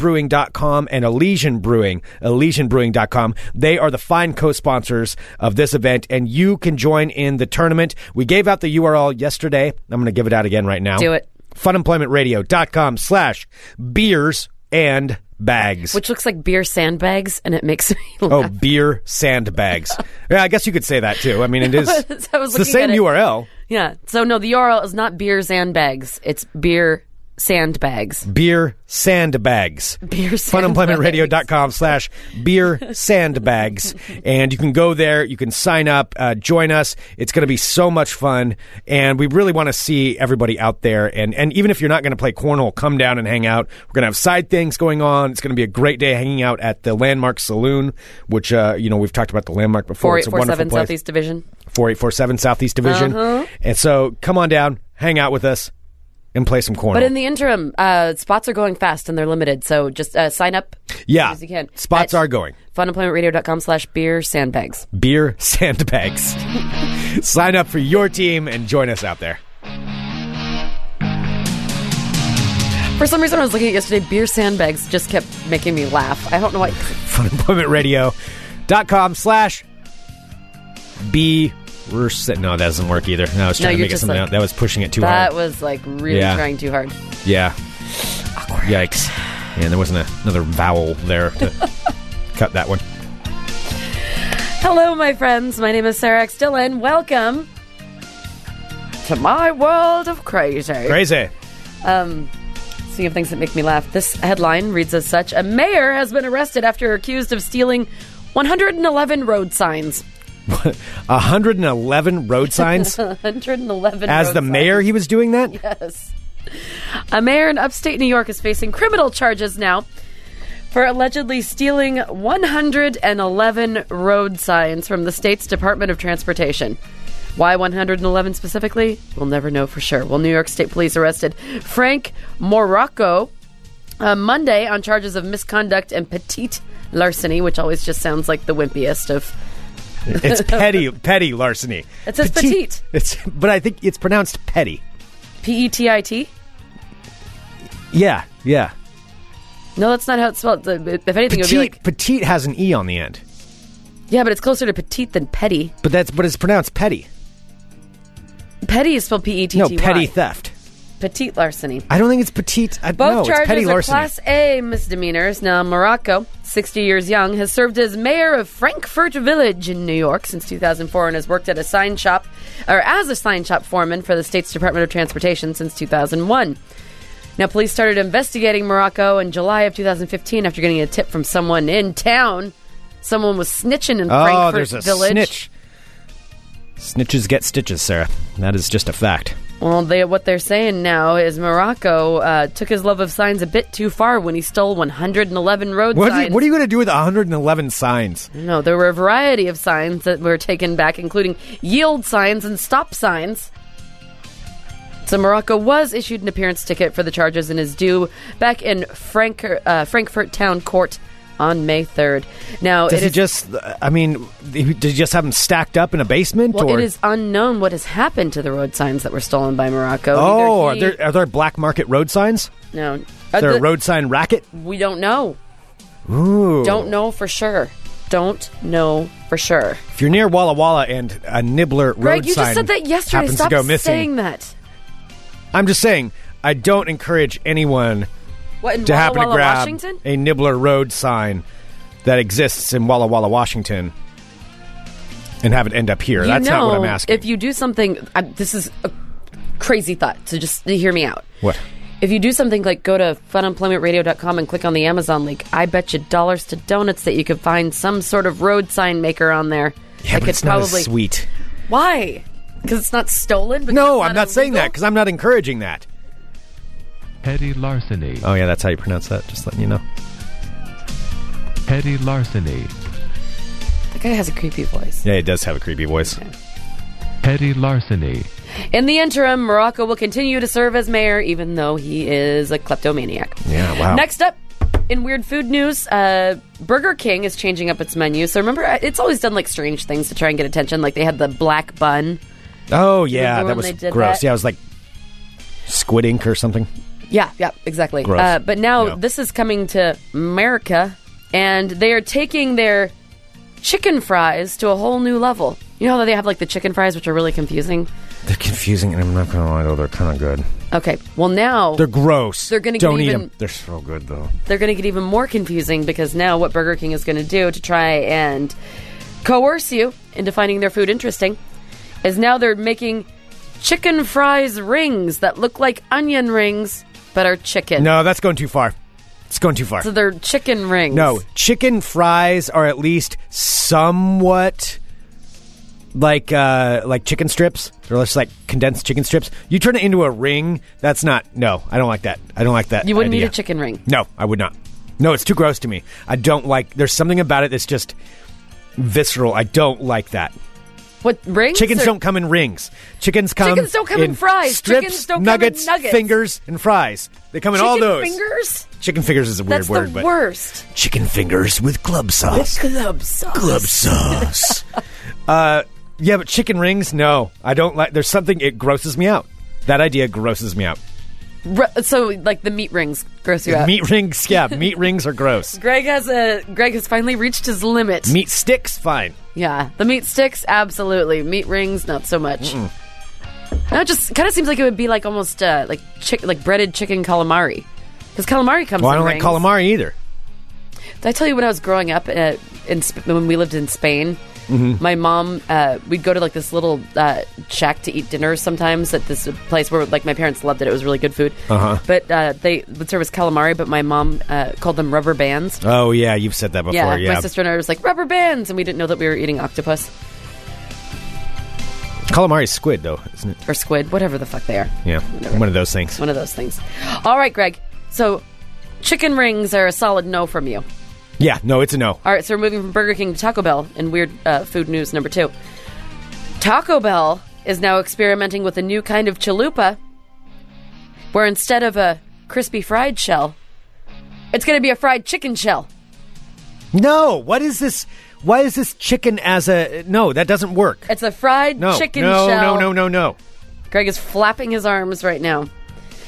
worthybrewing.com, and Elysian Brewing, elysianbrewing.com. They are the fine co-sponsors of this event, and you can join in the tournament. We gave out the URL yesterday. I'm going to give it out again right now.
Do it.
Funemploymentradio.com slash beers and bags.
Which looks like beer sandbags, and it makes me.
oh,
Laugh.
beer sandbags. yeah, I guess you could say that too. I mean, it is
I was
it's the
looking at
same
it.
URL.
Yeah. So no, the URL is not beer sandbags. It's beer sandbags.
Beer sandbags.
Beer sandbags.
Funemploymentradio.com slash beer sandbags. and you can go there. You can sign up, uh, join us. It's going to be so much fun. And we really want to see everybody out there. And, and even if you're not going to play Cornhole, come down and hang out. We're going to have side things going on. It's going to be a great day hanging out at the Landmark Saloon, which, uh, you know, we've talked about the Landmark before.
Four eight
It's a
four
wonderful
seven
place.
Southeast Uh-huh. Division.
4847 Southeast Division. And so come on down, hang out with us, and play some Cornhole.
But in the interim, uh, spots are going fast and they're limited. So just uh, sign up.
yeah,
as you can.
spots
At-
are going.
Funemploymentradio.com slash beer sandbags.
beer sandbags. Sign up for your team and join us out there.
For some reason, I was looking at yesterday. Beer sandbags just kept making me laugh. I don't know why.
Funemploymentradio.com slash B. No, that doesn't work either. No, I was
No,
trying to
you're
make it
just
something
like-
out. That was pushing it too
That
hard.
was like really
Yeah.
trying too hard.
yeah. Yikes. And there wasn't a, another vowel there to cut that one.
Hello, my friends. My name is Sarah X. Dillon. Welcome to my world of crazy.
Crazy.
Um, speaking of things that make me laugh, this headline reads as such A mayor has been arrested after accused of stealing 111 road signs.
111 road signs.
111
As
road
the
signs.
mayor, he was doing that?
Yes. A mayor in upstate New York is facing criminal charges now for allegedly stealing 111 road signs from the state's Department of Transportation. Why 111 specifically? We'll never know for sure. Well, New York State Police arrested Frank Morocco uh, Monday on charges of misconduct and petite larceny, which always just sounds like the wimpiest of.
It's petty, petty larceny.
It says petite.
It's, but I think it's pronounced petty.
P E T I T?
Yeah, yeah.
No, that's not how it's spelled. If anything, it would
Petite,
be like.
petite has an e on the end,
Yeah, but it's closer to petite than petty.
but that's but it's pronounced petty.
Petty is spelled P E T T
No,
Y.
petty theft.
Petite larceny.
I don't think it's petite. I,
Both
no, it's
charges
petty
are
larceny.
Class A misdemeanors. Now, Morocco, 60 years young, has served as mayor of Frankfurt Village in New York since 2004 and has worked at a sign shop, or as a sign shop foreman for the state's Department of Transportation since 2001. Now, police started investigating Morocco in July of 2015 after getting a tip from someone in town. Someone was snitching in
oh,
Frankfurt
there's a
Village.
snitch. Snitches get stitches, Sarah. That is just a fact.
Well, they, what they're saying now is Morocco uh, took his love of signs a bit too far when he stole 111 road
What, are
signs.
you, what are you going to do with 111 signs?
No, there were a variety of signs that were taken back, including yield signs and stop signs. So Morocco was issued an appearance ticket for the charges and is due back in Frank, uh, Frankfurt Town Court on May 3rd. Now,
Does
it
he
is-
just? I mean, he- did he just have them stacked up in a basement?
well,
or
it is unknown what has happened to the road signs that were stolen by Morocco. Either
oh, are
he-
there are there black market road signs?
no,
Is there
Uh,
a road sign racket?
we don't know.
Ooh.
Don't know for sure. Don't know for sure.
If you're near Walla Walla and a nibbler road
Greg, you
sign
just said that yesterday.
happens
Stop
to go missing,
saying that.
I'm just saying I don't encourage anyone
What in
to
Walla
happen
Walla,
to grab
Washington?
a nibbler road sign that exists in Walla Walla, Washington, and have it end up here.
You
That's
know,
not what I'm asking.
If you do something, I, this is a crazy thought. So just hear me out.
what?
If you do something like go to funemploymentradio.com and click on the Amazon link, I bet you dollars to donuts that you could find some sort of road sign maker on there.
Yeah,
I
but
could
it's not
probably
as sweet.
why because it's not stolen. Because
No,
it's
I'm not saying that
illegal?
because I'm not encouraging that.
Petty larceny.
Oh yeah, that's how you pronounce that. Just letting you know.
Petty larceny.
That guy has a creepy voice.
Yeah, it does have a creepy voice.
Petty larceny.
In the interim, Morocco will continue to serve as mayor, even though he is a kleptomaniac.
Yeah, wow.
Next up, in weird food news, uh, Burger King is changing up its menu. So remember, uh, it's always done like strange things to try and get attention. Like they had the black bun.
Oh
Remember
yeah, that
when
was
they did
gross.
that?
Yeah, it was like squid ink or something.
Yeah, yeah, exactly.
Gross.
Uh, but now
Yeah.
this is coming to America, and they are taking their chicken fries to a whole new level. You know how they have like the chicken fries, which are really confusing.
They're confusing, and I'm not gonna lie though, they're kind of good.
Okay, well now
They're gross.
They're gonna
don't
get
eat
even-
them. They're so good though.
they're going to get even more confusing because now what Burger King is going to do to try and coerce you into finding their food interesting is now they're making chicken fries rings that look like onion rings but are chicken.
No, that's going too far. It's going too far.
So they're chicken rings.
No, chicken fries are at least somewhat like uh like chicken strips. They're just like condensed chicken strips. You turn it into a ring. That's not. No, I don't like that. I don't like that.
You wouldn't eat
idea.
a chicken ring.
No, I would not. No, it's too gross to me. I don't like. There's something about it that's just visceral. I don't like that.
What rings?
Chickens
are-
don't come in rings. Chickens come.
Chickens don't come in fries.
Strips,
Chickens don't come in
nuggets,
nuggets.
fingers, and fries. They come in all
Chicken
those.
fingers?
Chicken fingers is a weird
That's
word,
the
but
worst.
chicken fingers with club sauce.
Club sauce.
club sauce. uh, yeah, but chicken rings? No, I don't like. There's something. It grosses me out. That idea grosses me out.
Ru- So like the meat rings gross you out.
Meat rings, yeah, meat rings are gross.
Greg has a Greg has finally reached his limit.
Meat sticks, fine.
Yeah, the meat sticks, absolutely. Meat rings, not so much. No, it just kind of seems like it would be like almost uh, like chick- like breaded chicken calamari, because calamari comes.
Well, I
in
don't
rings.
like calamari either.
Did I tell you when I was growing up uh, in Sp- when we lived in Spain?
Mm-hmm.
My mom, uh, we'd go to like this little uh, shack to eat dinner sometimes at this place where like my parents loved it. It was really good food.
Uh-huh.
But uh, they would serve us calamari, but my mom uh, called them rubber bands.
Oh yeah, you've said that before.
Yeah,
Yeah,
my sister and I was like rubber bands, and we didn't know that we were eating octopus
calamari is squid though, isn't it?
or squid, whatever the fuck they are.
Yeah, one of those things.
One of those things. All right, Greg. So chicken rings are a solid no from you.
Yeah, no, it's a no.
All right, so we're moving from Burger King to Taco Bell in weird uh, food news number two. Taco Bell is now experimenting with a new kind of chalupa where instead of a crispy fried shell, it's going to be a fried chicken shell.
No, what is this? Why is this chicken as a no? That doesn't work.
It's a fried
No,
chicken
no,
shell.
no, no, no, no.
Greg is flapping his arms right now.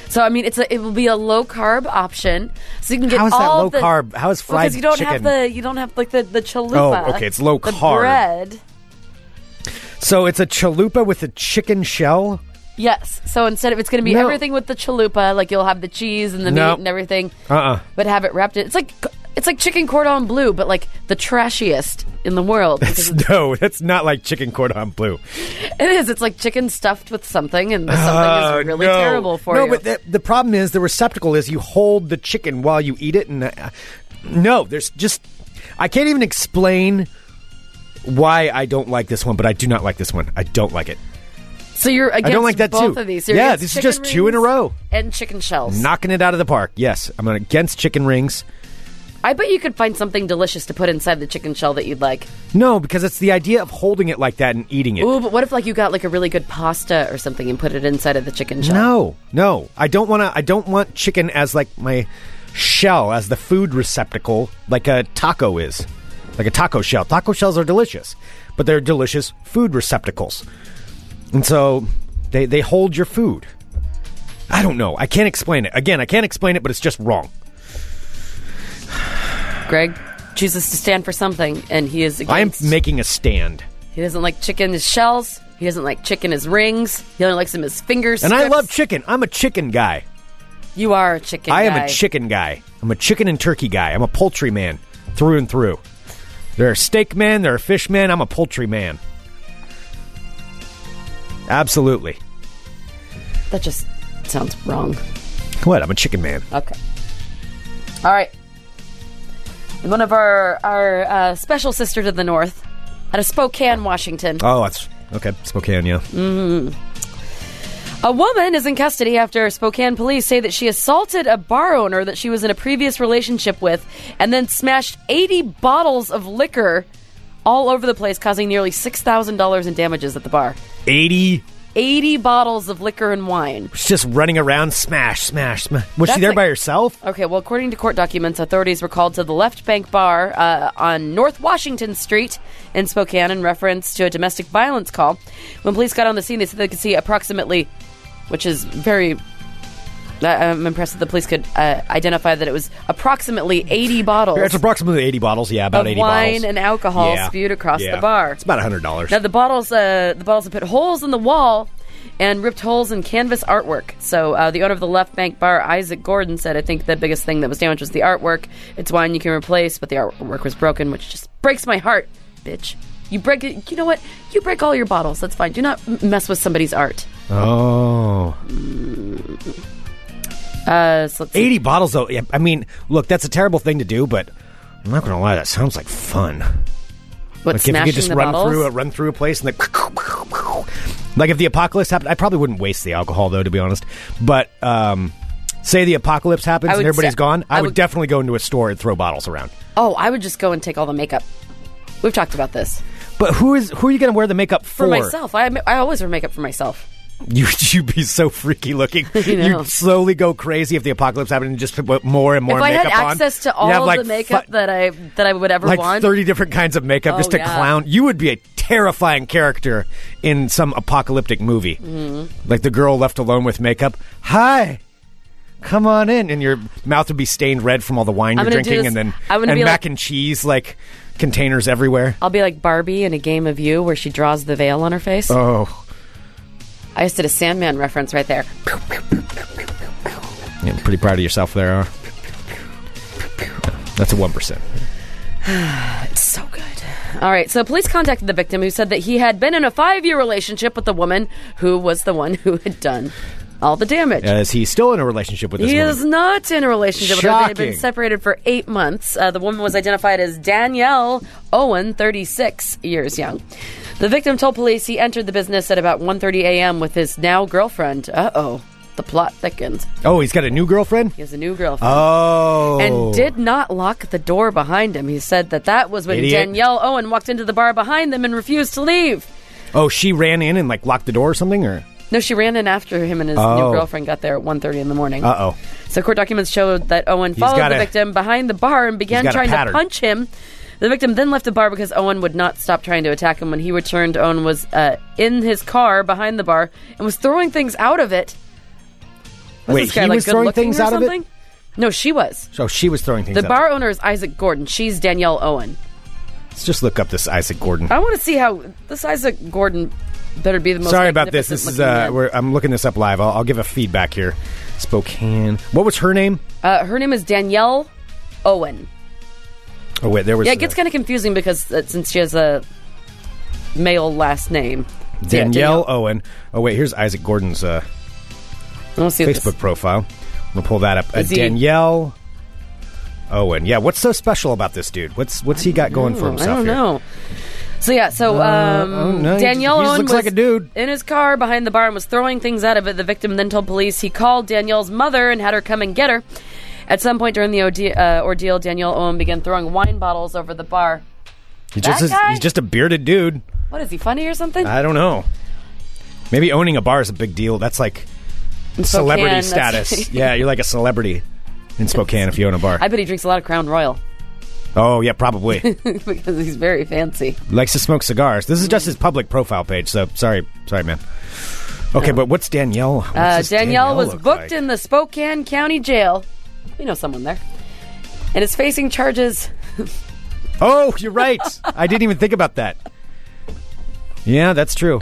So I mean, it's a, it will be a low carb option, so you can get
How is that
all
low
the-
carb? How is fried
because you don't have
chicken-
the you don't have like the the chalupa.
Oh, okay, it's low
the
carb.
bread.
So it's a chalupa with a chicken shell.
Yes. So instead of it's going to be
No.
everything with the chalupa, like you'll have the cheese and the
No.
meat and everything,
Uh-uh.
but have it wrapped in. It's like it's like chicken cordon bleu, but like the trashiest in the world. because it's-
No, that's not like chicken cordon bleu.
it is. It's like chicken stuffed with something, and the something
Uh,
is really
no.
terrible for
no,
you.
but the, the problem is the receptacle is you hold the chicken while you eat it, and uh, no, there's just I can't even explain why I don't like this one, but I do not like this one. I don't like it.
so you're against
like that
both
too.
of these. You're
Yeah,
against
this is
chicken
just two in a
rings
row.
and chicken shells.
Knocking it out of the park. Yes, I'm against chicken rings.
I bet you could find something delicious to put inside the chicken shell that you'd like.
No, because it's the idea of holding it like that and eating it.
Ooh, but what if like you got like a really good pasta or something and put it inside of the chicken shell?
No, no, I don't want to. I don't want chicken as like my shell, as the food receptacle, like a taco is, like a taco shell. Taco shells are delicious, but they're delicious food receptacles, and so they they hold your food. I don't know. I can't explain it. Again, I can't explain it, but it's just wrong.
Greg chooses to stand for something, and he is. Against,
I am making a stand,
He doesn't like chicken as shells. He doesn't like chicken as rings. He only likes them as fingers.
and I love chicken. I'm a chicken guy.
You are a chicken.
I am
guy.
a chicken guy. I'm a chicken and turkey guy. I'm a poultry man through and through. There are steak men, there are fish men. I'm a poultry man. Absolutely.
That just sounds wrong.
What? I'm a chicken man.
Okay. All right. One of our our uh, special sister to the north, out of Spokane, Washington.
Oh, that's okay. Spokane, yeah.
A woman is in custody after Spokane police say that she assaulted a bar owner that she was in a previous relationship with and then smashed 80 bottles of liquor all over the place, causing nearly $6,000 in damages at the bar.
80.
80 bottles of liquor and wine.
She's just running around, smash, smash, smash. Was
That's
she there
like-
by herself?
Okay, well, according to court documents, authorities were called to the Left Bank Bar uh, on North Washington Street in Spokane in reference to a domestic violence call. When police got on the scene, they said they could see approximately, which is very. I- I'm impressed that the police could uh, identify that it was approximately 80 bottles
It's approximately 80 bottles. Yeah, about
of
80
wine
bottles.
and alcohol
Yeah.
spewed across
Yeah.
the bar.
It's about $100.
Now the bottles, uh, the bottles have put holes in the wall and ripped holes in canvas artwork. So uh, the owner of the Left Bank Bar, Isaac Gordon, said, "I think the biggest thing that was damaged was the artwork. It's wine you can replace, but the artwork was broken, which just breaks my heart, bitch. You break it. You know what? You break all your bottles. That's fine. Do not m- mess with somebody's art.
oh.
Uh, so let's see.
80 bottles, though. Yeah, I mean, look, that's a terrible thing to do, but I'm not going to lie. That sounds like fun.
What,
Like if you
smashing
could just
the
run
bottles?
through a run through a place and like, like if the apocalypse happened, I probably wouldn't waste the alcohol though, to be honest. But um, say the apocalypse happens
I
and
would
everybody's
say-
gone, I,
I
would,
would-
definitely go into a store and throw bottles around.
oh, I would just go and take all the makeup. We've talked about this
But who is who are you going to wear the makeup for?
for myself. I I always wear makeup for myself.
You you'd be so freaky looking.
You know.
You'd slowly go crazy if the apocalypse happened and just put more and more.
if I had
makeup on.
access to
You'd
all
have, like,
the makeup
fi-
that I that I would ever
like
want,
30 different kinds of makeup
Oh,
just to
yeah.
clown. You would be a terrifying character in some apocalyptic movie.
Mm-hmm.
Like the girl left alone with makeup. Hi. Come on in, and your mouth would be stained red from all the wine
I'm
you're
gonna do
drinking,
this-
and then
I'm
and
gonna be
mac
like-
and cheese like containers everywhere.
I'll be like Barbie in a game of you where she draws the veil on her face.
Oh,
I just did a Sandman reference right there.
yeah, I'm pretty proud of yourself there. Huh? That's a one percent.
It's so good. All right, so police contacted the victim who said that he had been in a five year relationship with the woman who was the one who had done all the damage.
Uh, Is he still in a relationship with this
He
woman?
is not in a relationship with her. They had been
Shocking.
separated for eight months. Uh, the woman was identified as Danielle Owen, 36 years young. The victim told police he entered the business at about 1.30 a.m. with his now girlfriend. Uh-oh. The plot thickens.
oh, he's got a new girlfriend.
He has a new girlfriend.
Oh,
and did not lock the door behind him. He said that that was when
Idiot.
Danielle Owen walked into the bar behind them and refused to leave.
oh she ran in and like locked the door or something, or
No, she ran in after him and his
Oh.
new girlfriend got there at 1.30 in the morning.
uh oh.
So court documents showed that Owen followed
got
the
a-
victim behind the bar and began
got a
trying to
pattern.
punch him. The victim then left the bar because Owen would not stop trying to attack him. When he returned, Owen was uh, in his car behind the bar and was throwing things out of it. Was
Wait,
this guy,
he
like,
was throwing
good-looking
things
or
out of it?
something? No, she was.
So she was throwing things.
The
out.
bar owner is Isaac Gordon. She's Danielle Owen.
Let's just look up this Isaac Gordon.
I want to see how this Isaac Gordon better be the most.
Sorry about this. This
magnificent
is
looking
uh,
man.
we're, I'm looking this up live. I'll, I'll give a feedback here. Spokane. What was her name?
uh, her name is Danielle Owen.
Oh wait, there was.
Yeah, it gets kind of confusing because uh, since she has a male last name,
of
Yeah,
Danielle, Owen. Oh wait, here's Isaac Gordon's uh,
I want to see what
Facebook profile. I'm gonna pull that up. Uh,
Is he-
Danielle Owen. Yeah, what's so special about this dude? What's what's he got going
this-
for
Oh, I
himself?
don't
here?
know. So yeah, so um,
oh, no,
Danielle
he just- he just
Owen
looks
was
like a dude.
in his car behind the bar and was throwing things out of it. The victim then told police he called Danielle's mother and had her come and get her. At some point during the orde- uh, ordeal, Danielle Owen began throwing wine bottles over the bar.
He just
That
is,
guy?
he's just a bearded dude.
What is he funny or something?
I don't know. Maybe owning a bar is a big deal. That's like celebrity
Spokane, that's-
status. yeah, you're like a celebrity in Spokane if you own a bar.
I bet he drinks a lot of Crown Royal
oh yeah, probably.
because he's very fancy.
Likes to smoke cigars. This is just his public profile page. So sorry, sorry, man. Okay, but what's Danielle? What's
Uh,
this
Danielle was
look
booked
like?
in the Spokane County Jail. You know someone there. And is facing charges.
Oh, you're right. I didn't even think about that. Yeah, that's true.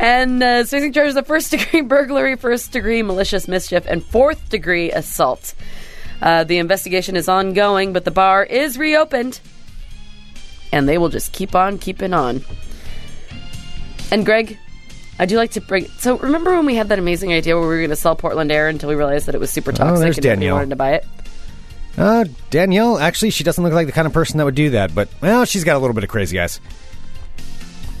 And uh, is facing charges of first degree burglary, first degree malicious mischief, and fourth degree assault. Uh, the investigation is ongoing, but the bar is reopened. And they will just keep on keeping on. And Greg, I do like to bring. So remember when we had that amazing idea where we were going to sell Portland Air until we realized that it was super toxic
Oh, there's
and nobody
Danielle.
wanted to buy it?
Uh, Danielle, actually, she doesn't look like the kind of person that would do that. But well, she's got a little bit of crazy eyes.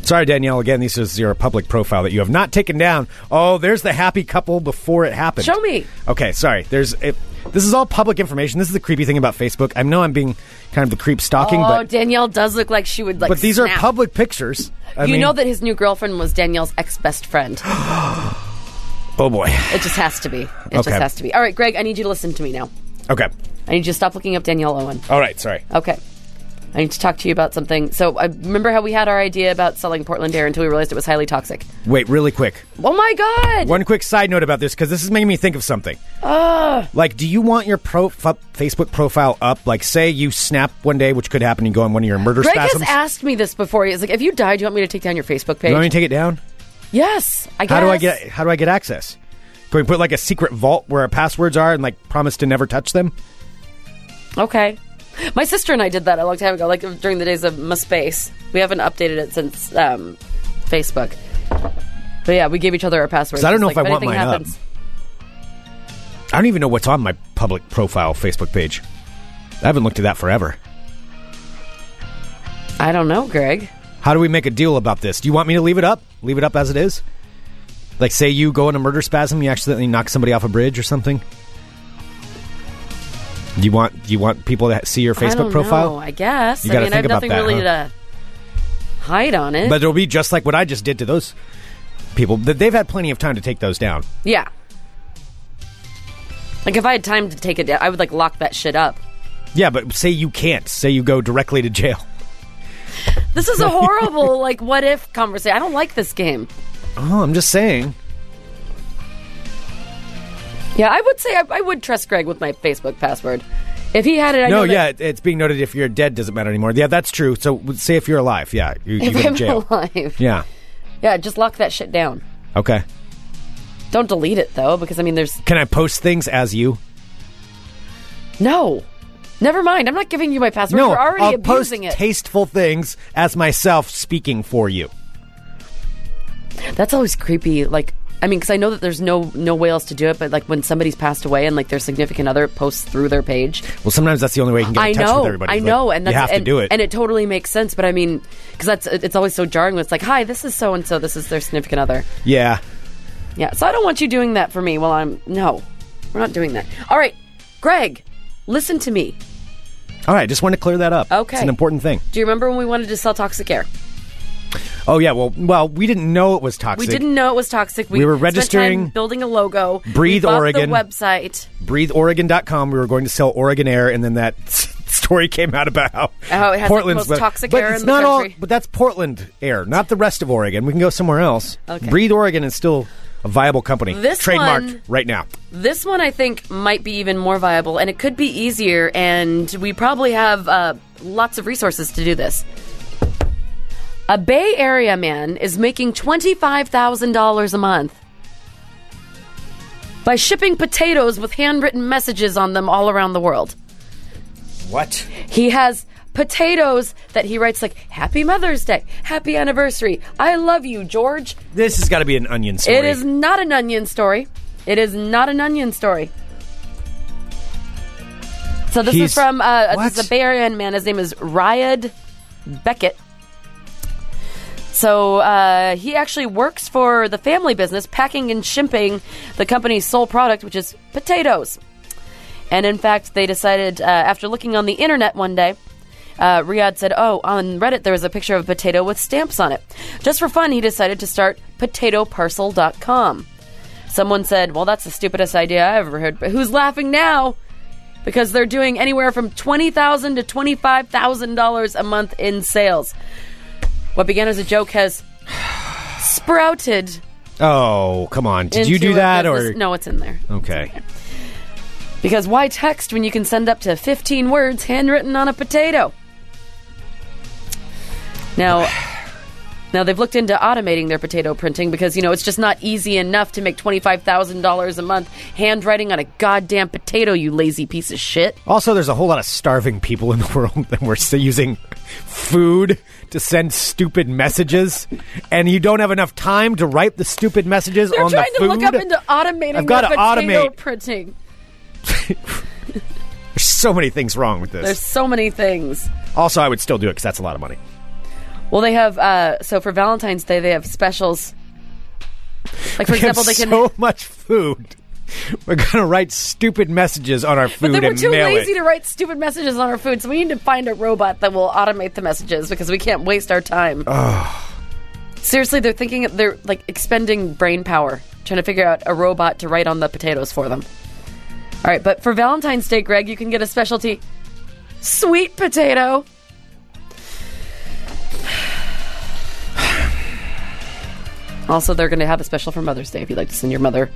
Sorry, Danielle. Again, this is your public profile that you have not taken down. Oh, there's the happy couple before it happened.
Show me.
Okay, sorry. There's it, this is all public information. This is the creepy thing about Facebook. I know I'm being kind of the creep stalking,
Oh,
but
Danielle does look like she would like.
but these are
snap.
public pictures. I
you
mean-
know that his new girlfriend was Danielle's ex best friend.
Oh boy.
It just has to be. It just
Okay.
has to be. All right, Greg, I need you to listen to me now.
Okay.
I need you to stop looking up Danielle Owen.
All right. Sorry.
Okay. I need to talk to you about something. So, I remember how we had our idea about selling Portland air until we realized it was highly toxic.
Wait, really quick.
Oh my God!
One quick side note about this because this is making me think of something. Like, do you want your pro- f- Facebook profile up? Like, say you snap one day, which could happen, you go on one of your murder
Greg
spasms.
has asked me this before. He's like, "If you die, do you want me to take down your Facebook page?"
you want me to take it down?
yes, I guess.
How do I get? How do I get access? Can we put like a secret vault where our passwords are and like promise to never touch them?
Okay. My sister and I did that a long time ago, like during the days of MySpace. We haven't updated it since um, Facebook. But yeah, we gave each other our passwords.
'Cause I don't
It's
know
like,
if I want
anything
mine up.
happens-
I don't even know what's on my public profile Facebook page. I haven't looked at that forever.
I don't know, Greg.
How do we make a deal about this? Do you want me to leave it up? Leave it up as it is? Like, say you go in a murder spasm, you accidentally knock somebody off a bridge or something. Do you want do you want people to see your
I
Facebook
don't
profile?
know, I guess.
You
I
gotta
mean, I have
think about
nothing
that,
really
huh?
to hide on it.
But it'll be just like what I just did to those people. Th- They've had plenty of time to take those down.
yeah. Like if I had time to take it down, I would like lock that shit up.
Yeah, but say you can't. Say you go directly to jail.
This is a horrible like what if conversation. I don't like this game.
Oh, I'm just saying.
Yeah, I would say I, I would trust Greg with my Facebook password. If he had it, I
no,
know that-
yeah, it- it's being noted if you're dead doesn't matter anymore. Yeah, that's true. So w- say if you're alive, yeah, you, you
If
go to
I'm
jail.
alive,
Yeah.
yeah, just lock that shit down.
Okay.
Don't delete it though, because I mean, there's
Can I post things as you?
no. Never mind. I'm not giving you my password.
No,
You're already
I'll post
abusing it.
tasteful things as myself speaking for you.
That's always creepy. Like, I mean, because I know that there's no no way else to do it, but like when somebody's passed away and like their significant other posts through their page,
Well, sometimes that's the only way you can get
I
in touch
know,
with everybody.
I
Like,
know, and that's,
you have
and,
to do it.
and it totally makes sense. But I mean, because that's it's always so jarring. When it's like, hi, this is so and so. This is their significant other.
yeah,
Yeah, so I don't want you doing that for me while I'm. No, we're not doing that. All right, Greg, listen to me.
all right. Just wanted to clear that up.
Okay.
it's an important thing.
Do you remember when we wanted to sell toxic air?
Oh yeah. Well, well, we didn't know it was toxic.
We didn't know it was toxic.
We were
spent time
registering-
building a logo.
Breathe
we bought
Oregon.
the website.
BreatheOregon.com. We were going to sell Oregon Air, and then that story came out about how
Oh, it has the
Portland's
most toxic
but
air
it's
in the
not
country.
All, but that's Portland Air, not the rest of Oregon. We can go somewhere else.
Okay.
Breathe Oregon is still a viable company.
This
trademarked
one-
right now.
This one I think might be even more viable, and it could be easier. And we probably have uh, lots of resources to do this. A Bay Area man is making twenty five thousand dollars a month by shipping potatoes with handwritten messages on them all around the world.
What?
He has potatoes that he writes like "Happy Mother's Day," "Happy Anniversary," "I love you, George."
This has got to be an onion story.
It is not an onion story. It is not an onion story. So this
He's-
is from uh, this
what?
is a Bay Area man. His name is Ryad Beckett. So uh, he actually works for the family business, packing and shipping the company's sole product, which is potatoes. And in fact, they decided uh, after looking on the internet one day, uh, Riyadh said, "Oh, on Reddit there was a picture of a potato with stamps on it." Just for fun, he decided to start potatoparcel.com. Someone said, "Well, that's the stupidest idea I ever heard." But who's laughing now? Because they're doing anywhere from twenty thousand to twenty-five thousand dollars a month in sales. What began as a joke has sprouted.
Oh, come on. Did you
into
do
a
that or
business- no? It's in there.
Okay.
Because why text when you can send up to 15 words handwritten on a potato? Now, now they've looked into automating their potato printing because you know it's just not easy enough to make $25,000 a month handwriting on a goddamn potato, you lazy piece of shit.
Also, there's a whole lot of starving people in the world that we're still using food to send stupid messages, and you don't have enough time to write the stupid messages
They're
on
trying
the
to
food.
look up into automating
I've gotta
their potato
automate.
printing.
there's so many things wrong with this.
There's so many things.
Also, I would still do it because that's a lot of money.
Well, they have uh, so for Valentine's Day they have specials. Like for
we
example,
have
they can.
so much food. We're gonna write stupid messages on our
but
food
then we're
and
too
mail
lazy
it.
to write stupid messages on our food, so we need to find a robot that will automate the messages because we can't waste our time. Seriously, they're thinking they're like expending brain power trying to figure out a robot to write on the potatoes for them. All right, but for Valentine's Day, Greg, you can get a specialty sweet potato. Also, they're going to have a special for Mother's Day if you'd like to send your mother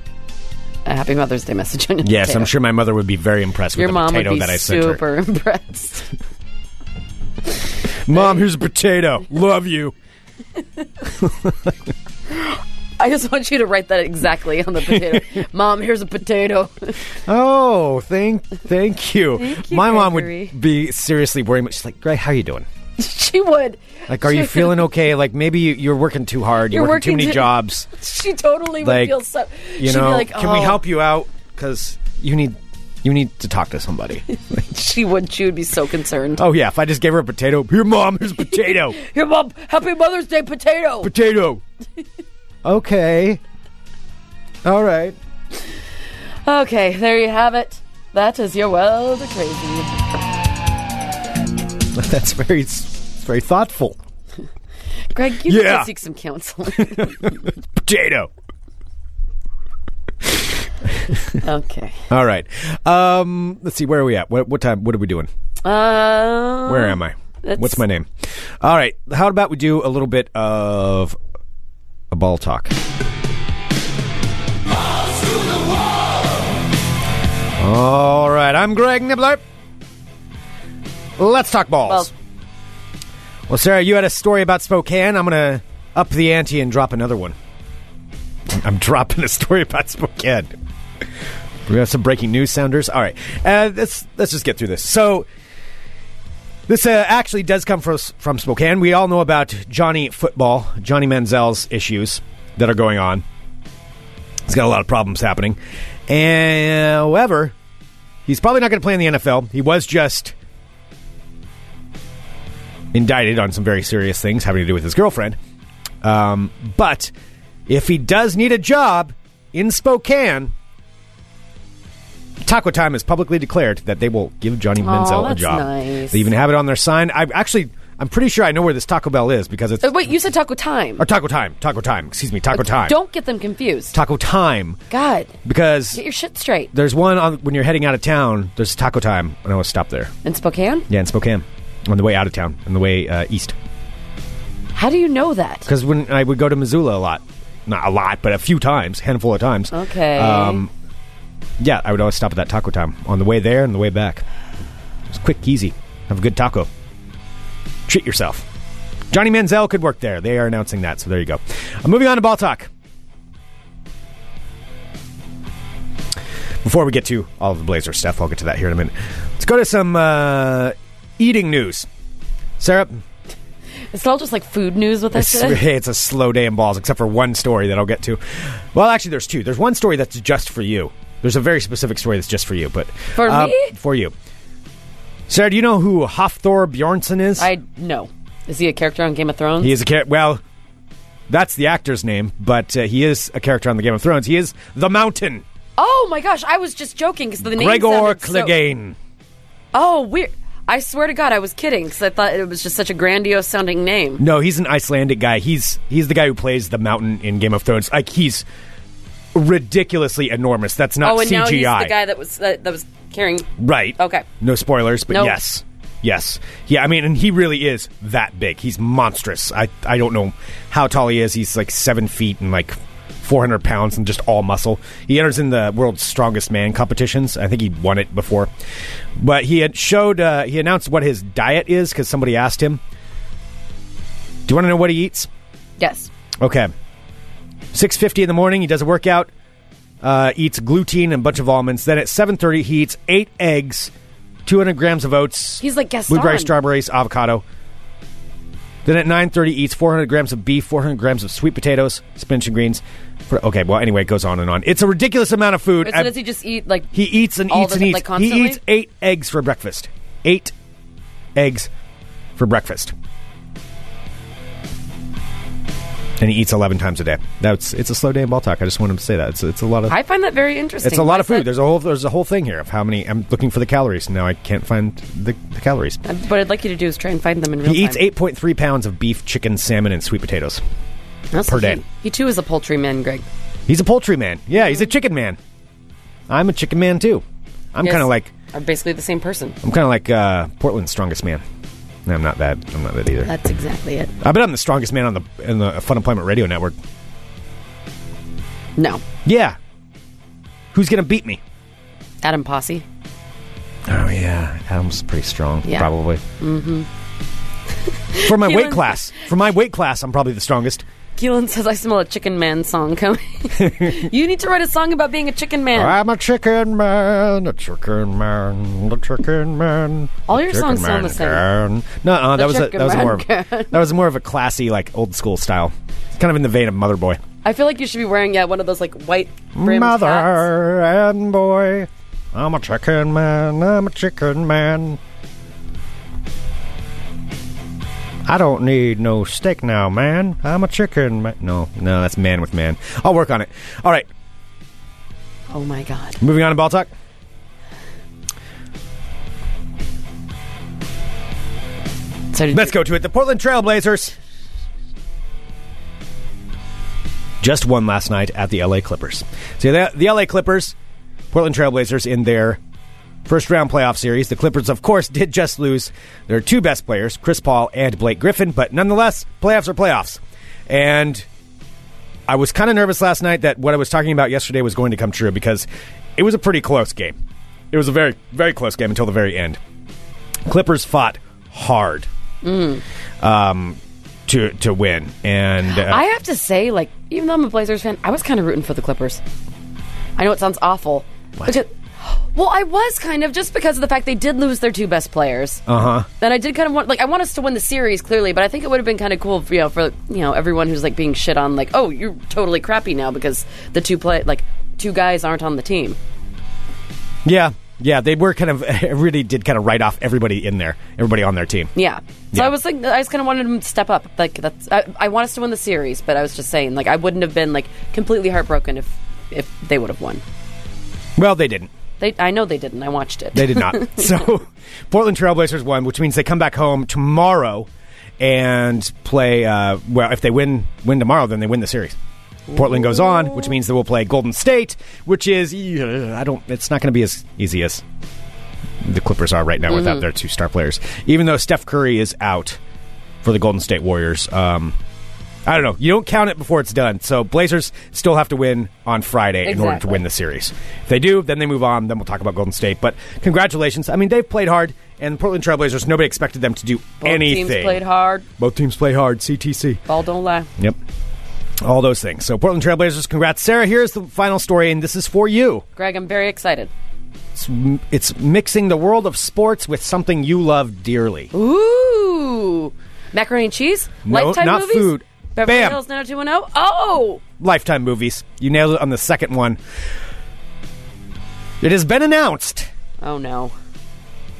a happy Mother's Day message on your
yes,
potato.
I'm sure my mother would be very impressed
Your
with the
mom
potato
would be
that I sent her.
super impressed.
Mom, here's a potato. Love you.
I just want you to write that exactly on the potato. Mom, here's a potato.
Oh, thank, thank you.
you,
my mom
Gregory.
would be seriously worried. She's like, Greg, how you doing?
she would.
Like, are you feeling okay? Like, maybe you, you're working too hard. You're,
You're
working,
working
too many
too-
jobs.
She totally would
Like,
feel so.
You
she'd
know,
be like,
can we
"Oh."
help you out? Because you need, you need to talk to somebody.
She would. She would be so concerned.
oh yeah, if I just gave her a potato, here, mom, here's a potato,
Your mom, happy Mother's Day, potato.
potato. okay. All right.
Okay, there you have it. That is your world of crazy.
That's very, it's very thoughtful.
Greg, you
Yeah.
need to seek some counseling.
Potato.
okay.
All right. Um, let's see. Where are we at? What, what time? What are we doing?
Um,
Where am I?
that's-
What's my name? All right. How about we do a little bit of a ball talk? All right. I'm Greg Nibbler. Let's talk balls.
Balls.
Well, Sarah, you had a story about Spokane. I'm going to up the ante and drop another one. I'm dropping a story about Spokane. We have some breaking news sounders. All right, uh, let's let's just get through this. So, this uh, actually does come from from Spokane. We all know about Johnny Football, Johnny Manziel's issues that are going on. He's got a lot of problems happening, and however, he's probably not going to play in the NFL. He was just indicted on some very serious things having to do with his girlfriend. Um, but if he does need a job in Spokane, Taco Time has publicly declared that they will give Johnny Menzel a
that's
job.
nice.
They even have it on their sign. I actually, I'm pretty sure I know where this Taco Bell is because it's
Uh, wait, you said Taco Time.
or Taco Time, Taco Time. Excuse me, Taco Time.
Don't get them confused.
Taco Time
God,
because
get your shit straight.
there's one on when you're heading out of town. There's Taco Time, and I always stop there.
In Spokane,
Yeah, in Spokane, on the way out of town, on the way uh, east.
how do you know that?
Because when I would go to Missoula a lot, not a lot, but a few times, handful of times.
Okay.
Um, yeah, I would always stop at that taco time on the way there and the way back. It's quick, easy. Have a good taco. Treat yourself. Johnny Manziel could work there. They are announcing that, so there you go. Uh, moving on to ball talk. Before we get to all of the Blazer stuff, I'll get to that here in a minute. Let's go to some uh, eating news. Sarah,
It's all just like food news with us
it's,
today.
hey, it's a slow day in balls, except for one story that I'll get to. Well, actually, there's two. There's one story that's just for you. There's a very specific story that's just for you, but
For
uh,
me?
for you. Sarah, do you know who Hafthor Bjornsson is?
I know. Is he a character on Game of Thrones?
he is a character. Well, that's the actor's name, but uh, he is a character on the Game of Thrones. He is the Mountain,
oh my gosh, I was just joking because the name
Gregor
sounded so-
Clegane.
oh, weird. I swear to God, I was kidding because I thought it was just such a grandiose sounding name.
No, he's an Icelandic guy. He's he's the guy who plays the Mountain in Game of Thrones. Like he's ridiculously enormous. That's not
oh, and
CGI.
now he's the guy that was uh, that, that was carrying.
Right.
Okay.
No spoilers, but
Nope.
yes. Yes. Yeah, I mean, and he really is that big. He's monstrous. I, I don't know how tall he is. He's like seven feet and like 400 pounds and just all muscle. He enters in the world's strongest man competitions. I think he won it before. But he had showed, uh, he announced what his diet is because somebody asked him, Do you want to know what he eats?
Yes.
Okay. 6:50 in the morning, he does a workout, uh, eats gluten and a bunch of almonds. Then at 7:30, he eats eight eggs, 200 grams of oats,
He's like Gaston.
blueberries, strawberries, avocado. Then at 9:30, eats 400 grams of beef, 400 grams of sweet potatoes, spinach and greens. For- okay, well, anyway, it goes on and on. It's a ridiculous amount of food.
Wait,
I-
So does he just eat like?
he eats and
All
eats
the
and
ti-
eats.
like,
he
constantly?
eats eight eggs for breakfast. Eight eggs for breakfast. and he eats eleven times a day. That's it's a slow day in Baltic. I just wanted to say that it's it's a lot of
I find that very interesting.
it's a lot of
Why
food.
is
There's a whole there's a whole thing here of how many. I'm looking for the calories and now. I can't find the, the calories.
that? Uh, What I'd like you to do is try and find them in real
He eats
time.
8.3 pounds of beef, chicken, salmon, and sweet potatoes.
That's
per
what
day.
He, he too is a poultry man, Greg.
He's a poultry man. Yeah, he's a chicken man. I'm a chicken man too. I'm
Yes.
kind of like
Are basically the same person.
I'm kind of like uh, Portland's strongest man. No, I'm not that. I'm not that either.
That's exactly it.
I bet I'm the strongest man on the in the Fun Employment Radio Network.
No,
Yeah. Who's gonna beat me?
Adam Posse.
Oh yeah, Adam's pretty strong.
Yeah.
Probably. Mm-hmm. for my weight class, for my weight class, I'm probably the strongest.
Keelan says, "I smell a Chicken Man song coming." you need to write a song about being a chicken man.
I'm a chicken man, a chicken man, a chicken man.
All
a
your
chicken
songs sound the same.
man. No, uh, that was a,
chicken
that was
man
more of,
can.
that was more of a classy, like old school style. It's kind of in the vein of Mother Boy.
I feel like you should be wearing yeah one of those like white brimmed
Mother
hats.
and boy, I'm a chicken man. I'm a chicken man. I don't need no steak now, man. I'm a chicken man. No, no, that's man with man. I'll work on it. All right,
Oh my god.
moving on to ball talk.
So did
Let's
you-
go to it. The Portland Trailblazers. Just won last night at the LA Clippers. So the, the LA Clippers, Portland Trailblazers in their first round playoff series. The Clippers, of course, did just lose their two best players, Chris Paul and Blake Griffin, but nonetheless, playoffs are playoffs. And I was kind of nervous last night that what I was talking about yesterday was going to come true because it was a pretty close game. It was a very, very close game until the very end. Clippers fought hard um, to to win, and uh,
I have to say, like, even though I'm a Blazers fan, I was kind of rooting for the Clippers. I know it sounds awful. because- well, I was kind of just because of the fact they did lose their two best players.
uh huh.
And I did kind of want, like, I want us to win the series clearly, but I think it would have been kind of cool, you know, for you know everyone who's like being shit on, like, oh, you're totally crappy now because the two play, like, two guys aren't on the team.
Yeah, yeah. They were kind of really did kind of write off everybody in there, everybody on their team.
Yeah. So
Yeah.
I was like, I just kind of wanted them to step up. Like, that's I, I want us to win the series, but I was just saying, like, I wouldn't have been like completely heartbroken if if they would have won.
Well, they didn't.
They, I know they didn't. I watched it.
They did not. so, Portland Trailblazers won, which means they come back home tomorrow and play. Uh, well, if they win win tomorrow, then they win the series. Portland goes on, which means they will play Golden State, which is yeah, I don't. It's not going to be as easy as the Clippers are right now
Mm-hmm.
without their two star players. Even though Steph Curry is out for the Golden State Warriors, um, I don't know. You don't count it before it's done. So Blazers still have to win on Friday in order to
Exactly.
win the series. If they do, then they move on. Then we'll talk about Golden State. But congratulations. I mean, they've played hard, and Portland Trailblazers. Nobody expected them to do
Both
anything.
teams played hard.
Both teams play hard. CTC.
Ball don't lie.
Yep. All those things. So Portland Trailblazers, congrats, Sarah. Here's the final story, and this is for you.
Greg, I'm very excited.
It's, m- it's mixing the world of sports with something you love dearly.
Ooh, macaroni and cheese.
No,
Lifetime
not
movies?
food.
Beverly
Bam.
Hills 90210. Oh,
Lifetime movies. You nailed it on the second one. It has been announced
oh no.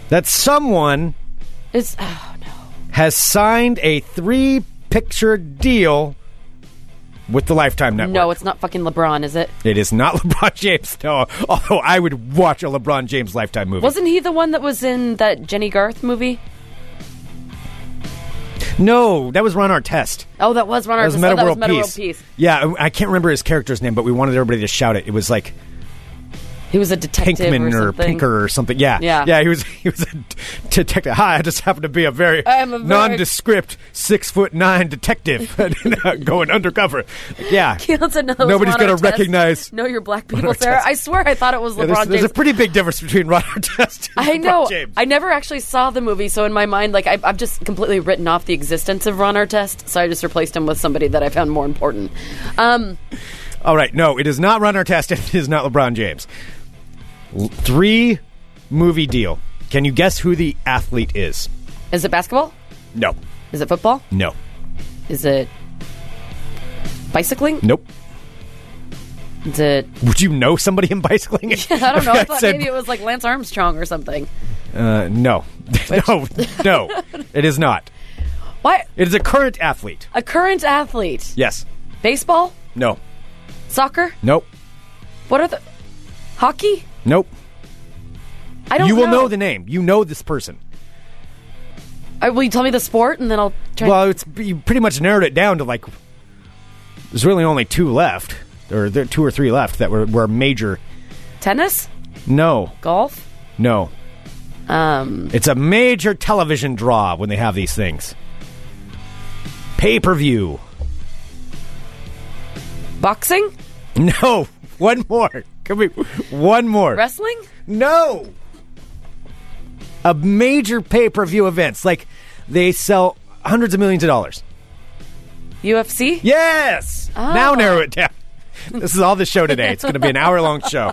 that someone
It's oh no.
has signed a three-picture deal with the Lifetime Network.
No, it's not fucking LeBron, is it?
it is not LeBron James. No, although I would watch a LeBron James Lifetime movie.
Wasn't he the one that was in that Jenny Garth movie?
No, that was Ron Artest.
Oh, that was Ron
That was
Artest.
Meta
oh, that
World
was Meta
Peace.
World Peace.
Yeah, I I can't remember his character's name, but we wanted everybody to shout it. It was like
He was a detective
Pinkman
or,
or,
something.
Pinker or something. Yeah,
Yeah.
yeah. He was he was a d- detective. Hi, I just happen to be a very,
I am a very-
nondescript six foot nine detective uh, going undercover. Yeah,
That's another
Nobody's
going
gonna
to
recognize
Know your black people, Sarah. I swear, I thought it was
Yeah,
LeBron
there's,
James.
there's a pretty big difference between Ron Artest. And
I
LeBron
know.
James.
I never actually saw the movie, so in my mind, like I've, I've just completely written off the existence of Ron Artest. So I just replaced him with somebody that I found more important. Um,
All right, no, it is not Ron Artest. and It is not LeBron James. L- three movie deal. Can you guess who the athlete is?
is it basketball?
No,
Is it football?
no,
Is it bicycling?
nope.
Is it?
Would you know somebody in bicycling?
I don't know. I thought
said-
maybe it was like Lance Armstrong or something.
Uh, no, no, no. It is not.
What?
It is a current athlete.
A current athlete?
Yes.
Baseball?
No.
Soccer?
Nope.
What are the. Hockey?
Nope.
I don't
you
know.
will know the name. You know this person.
Uh, will you tell me the sport and then I'll try.
Well, it's you pretty much narrowed it down to like there's really only two left, or there two or three left that were, were major.
tennis?
No,
Golf?
no,
Um,
it's a major television draw when they have these things. Pay per view.
boxing?
No, one more. Could be one more.
Wrestling?
No. A major pay per view events like they sell hundreds of millions of dollars.
UFC?
Yes. Now narrow it down. This is all the show today. It's going to be an hour long show.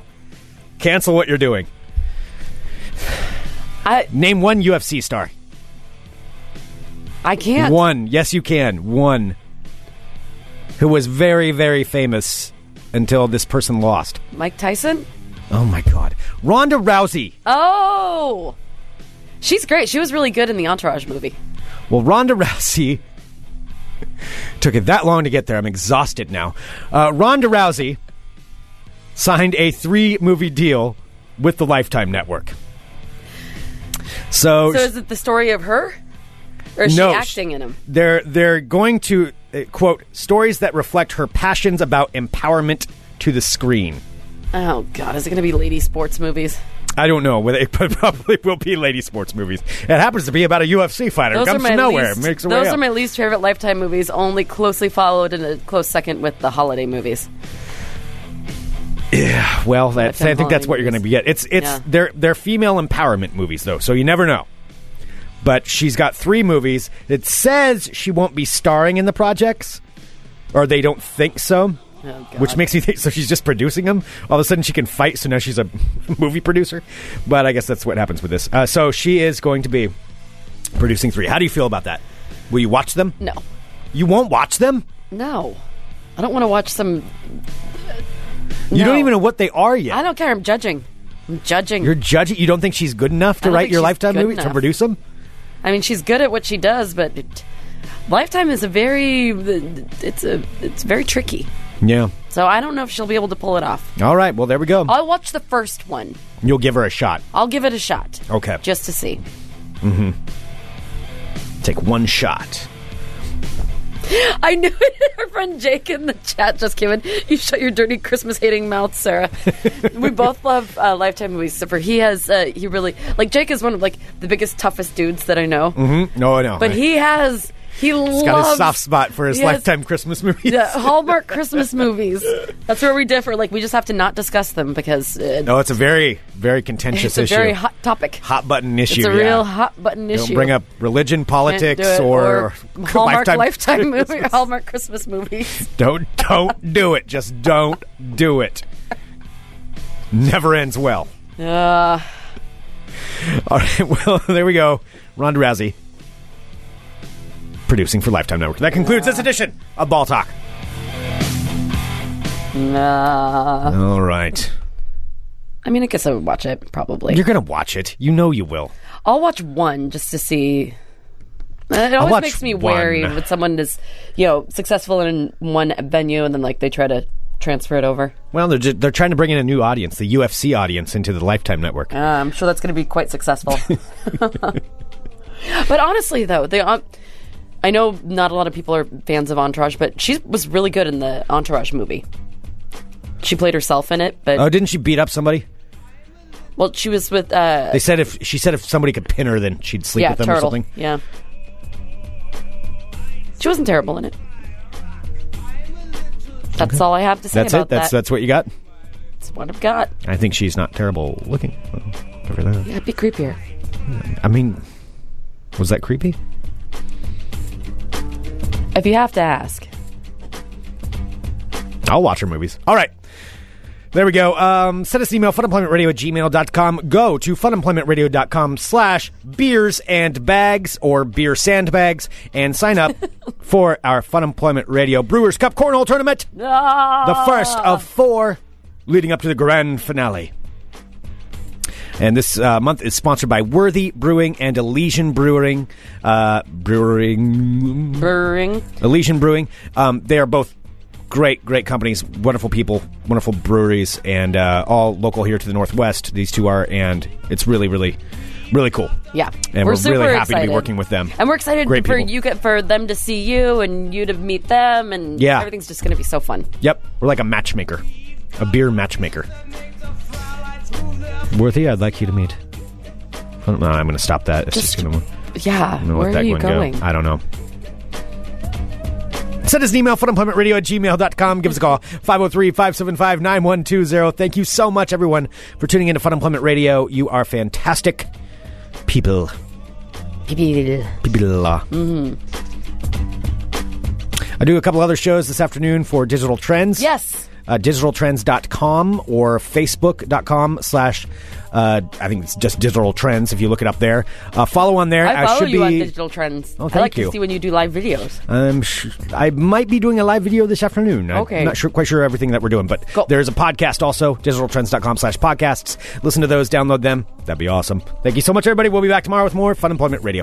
Cancel what you're doing.
I,
Name one UFC star.
I can't.
One. Yes, you can. One. Who was very, very famous until this person lost.
Mike Tyson?
Oh my God. Ronda Rousey.
Oh! She's great. She was really good in the Entourage movie.
Well, Ronda Rousey took it that long to get there. I'm exhausted now. Uh, Ronda Rousey signed a three movie deal with the Lifetime Network. So,
So is it the story of her? Or is
Oh, no,
she acting in them?
They're they're going to uh, quote stories that reflect her passions about empowerment to the screen.
Oh, God. Is it going to be lady sports movies?
I don't know whether it probably will be lady sports movies. It happens to be about a UFC fighter.
Those
comes
are my
from nowhere,
least,
makes her way
Those
up.
are my least favorite Lifetime movies, only closely followed in a close second with the holiday movies.
Well, that's,
Lifetime
I think that's
Holiday
what you're going to
movies.
be get. It's it's
Yeah.
they're they're female empowerment movies though, so you never know. But she's got three movies. It says she won't be starring in the projects, or they don't think so,
Oh, God.
which makes me think. So she's just producing them. All of a sudden, she can fight. So now she's a movie producer. But I guess that's what happens with this. Uh, so she is going to be producing three. How do you feel about that? Will you watch them?
No.
You won't watch them.
No. I don't want to watch some.
You
No.
don't even know what they are yet.
I don't care. I'm judging. I'm judging.
You're judging. You don't think she's good
I
enough to
don't
write
think
your
she's
lifetime
good
movie to
enough.
produce them?
I mean, she's good at what she does, but it, Lifetime is a very. It's a. It's very tricky.
Yeah.
So I don't know if she'll be able to pull it off.
All right. Well, there we go.
I'll watch the first one.
You'll give her a shot.
I'll give it a shot.
Okay.
Just to see.
Take one shot.
I knew it. Our friend Jake in the chat just came in. You shut your dirty Christmas hating mouth, Sarah. we both love uh, Lifetime movies. So for he has, uh, he really like Jake is one of like the biggest toughest dudes that I know.
Mm-hmm. No, I know.
But he has, he loves
has got his soft spot for his
Yes.
lifetime Christmas movie.
the Hallmark Christmas movies. That's where we differ. Like we just have to not discuss them because uh,
No, it's a very, very contentious
it's a
issue.
very hot topic.
Hot button issue.
It's a
yeah.
real hot button
You
issue.
don't bring up religion,
Can't do
politics,
it.
or,
Hallmark lifetime, movie, or
Christmas.
Hallmark Christmas movies.
Don't, don't do it. Just don't do it. Never ends well.
Uh,
All right. Well, there we go. Ronda Rousey, producing for Lifetime Network. That concludes this edition of Ball Talk.
nah.
All right.
I mean, I guess I would watch it probably.
You're gonna watch it. You know you will.
I'll watch one just to see. It always
watch
makes me
one.
wary when someone is, you know, successful in one venue and then like they try to transfer it over.
Well, they're just, they're trying to bring in a new audience, the UFC audience, into the Lifetime Network.
Uh, I'm sure that's going to be quite successful. but honestly, though, they, um, I know not a lot of people are fans of Entourage, but she was really good in the Entourage movie. She played herself in it, but
oh, didn't she beat up somebody?
well, she was with uh,
They said if she said if somebody could pin her, then she'd sleep
yeah,
with them or
Turtle.
something.
Yeah, she wasn't terrible in it. That's all I have to say
That's
about
it. That's
that.
that's what you got.
That's what I've got.
I think she's not terrible looking. Over there.
Yeah, be creepier.
I mean, was that creepy?
If you have to ask,
I'll watch her movies. All right. There we go. Um, send us an email, funemploymentradio at gmail.com. Go to funemploymentradio.com slash beers and bags or beer sandbags and sign up for our Fun Employment Radio Brewers Cup Cornhole Tournament. The first of four leading up to the grand finale. And this uh, month is sponsored by Worthy Brewing and Elysian Brewing. Uh, brewing.
Brewing.
Elysian Brewing. Um, they are both great, great companies, wonderful people, wonderful breweries, and uh, all local here to the Northwest. These two are, and it's really, really, really cool.
Yeah,
And we're,
super
really happy to
excited.
be working with them.
and we're excited
Great
for
people.
you get- for them to see you and you to meet them, and
Yeah.
everything's just going to be so fun.
Yep, we're like a matchmaker, a beer matchmaker. Worthy, I'd like you to meet. I don't know. I'm going to stop that. It's just,
Just-
going to.
Yeah,
I'm gonna
where are
let that
you
one go.
going?
I don't know. Send us an email, funemploymentradio at gmail.com. Give us a call, 503-575-9120. Thank you so much, everyone, for tuning in to Fun Employment Radio. You are fantastic people. People.
Mm-hmm.
I do a couple other shows this afternoon for Digital Trends.
Yes.
Uh, digitaltrends.com or facebook.com slash uh, I think it's just digital trends if you look it up there. Uh, follow on there.
I follow
should
you
be,
on digital trends.
Oh,
I
thank
like
you.
to see when you do live videos.
I'm Um, sh- I might be doing a live video this afternoon. I'm
Okay.
not sure, quite sure everything that we're doing, but
Cool.
there's a podcast also, digitaltrends.com slash podcasts. Listen to those, download them. That'd be awesome. Thank you so much, everybody. We'll be back tomorrow with more Fun Employment Radio.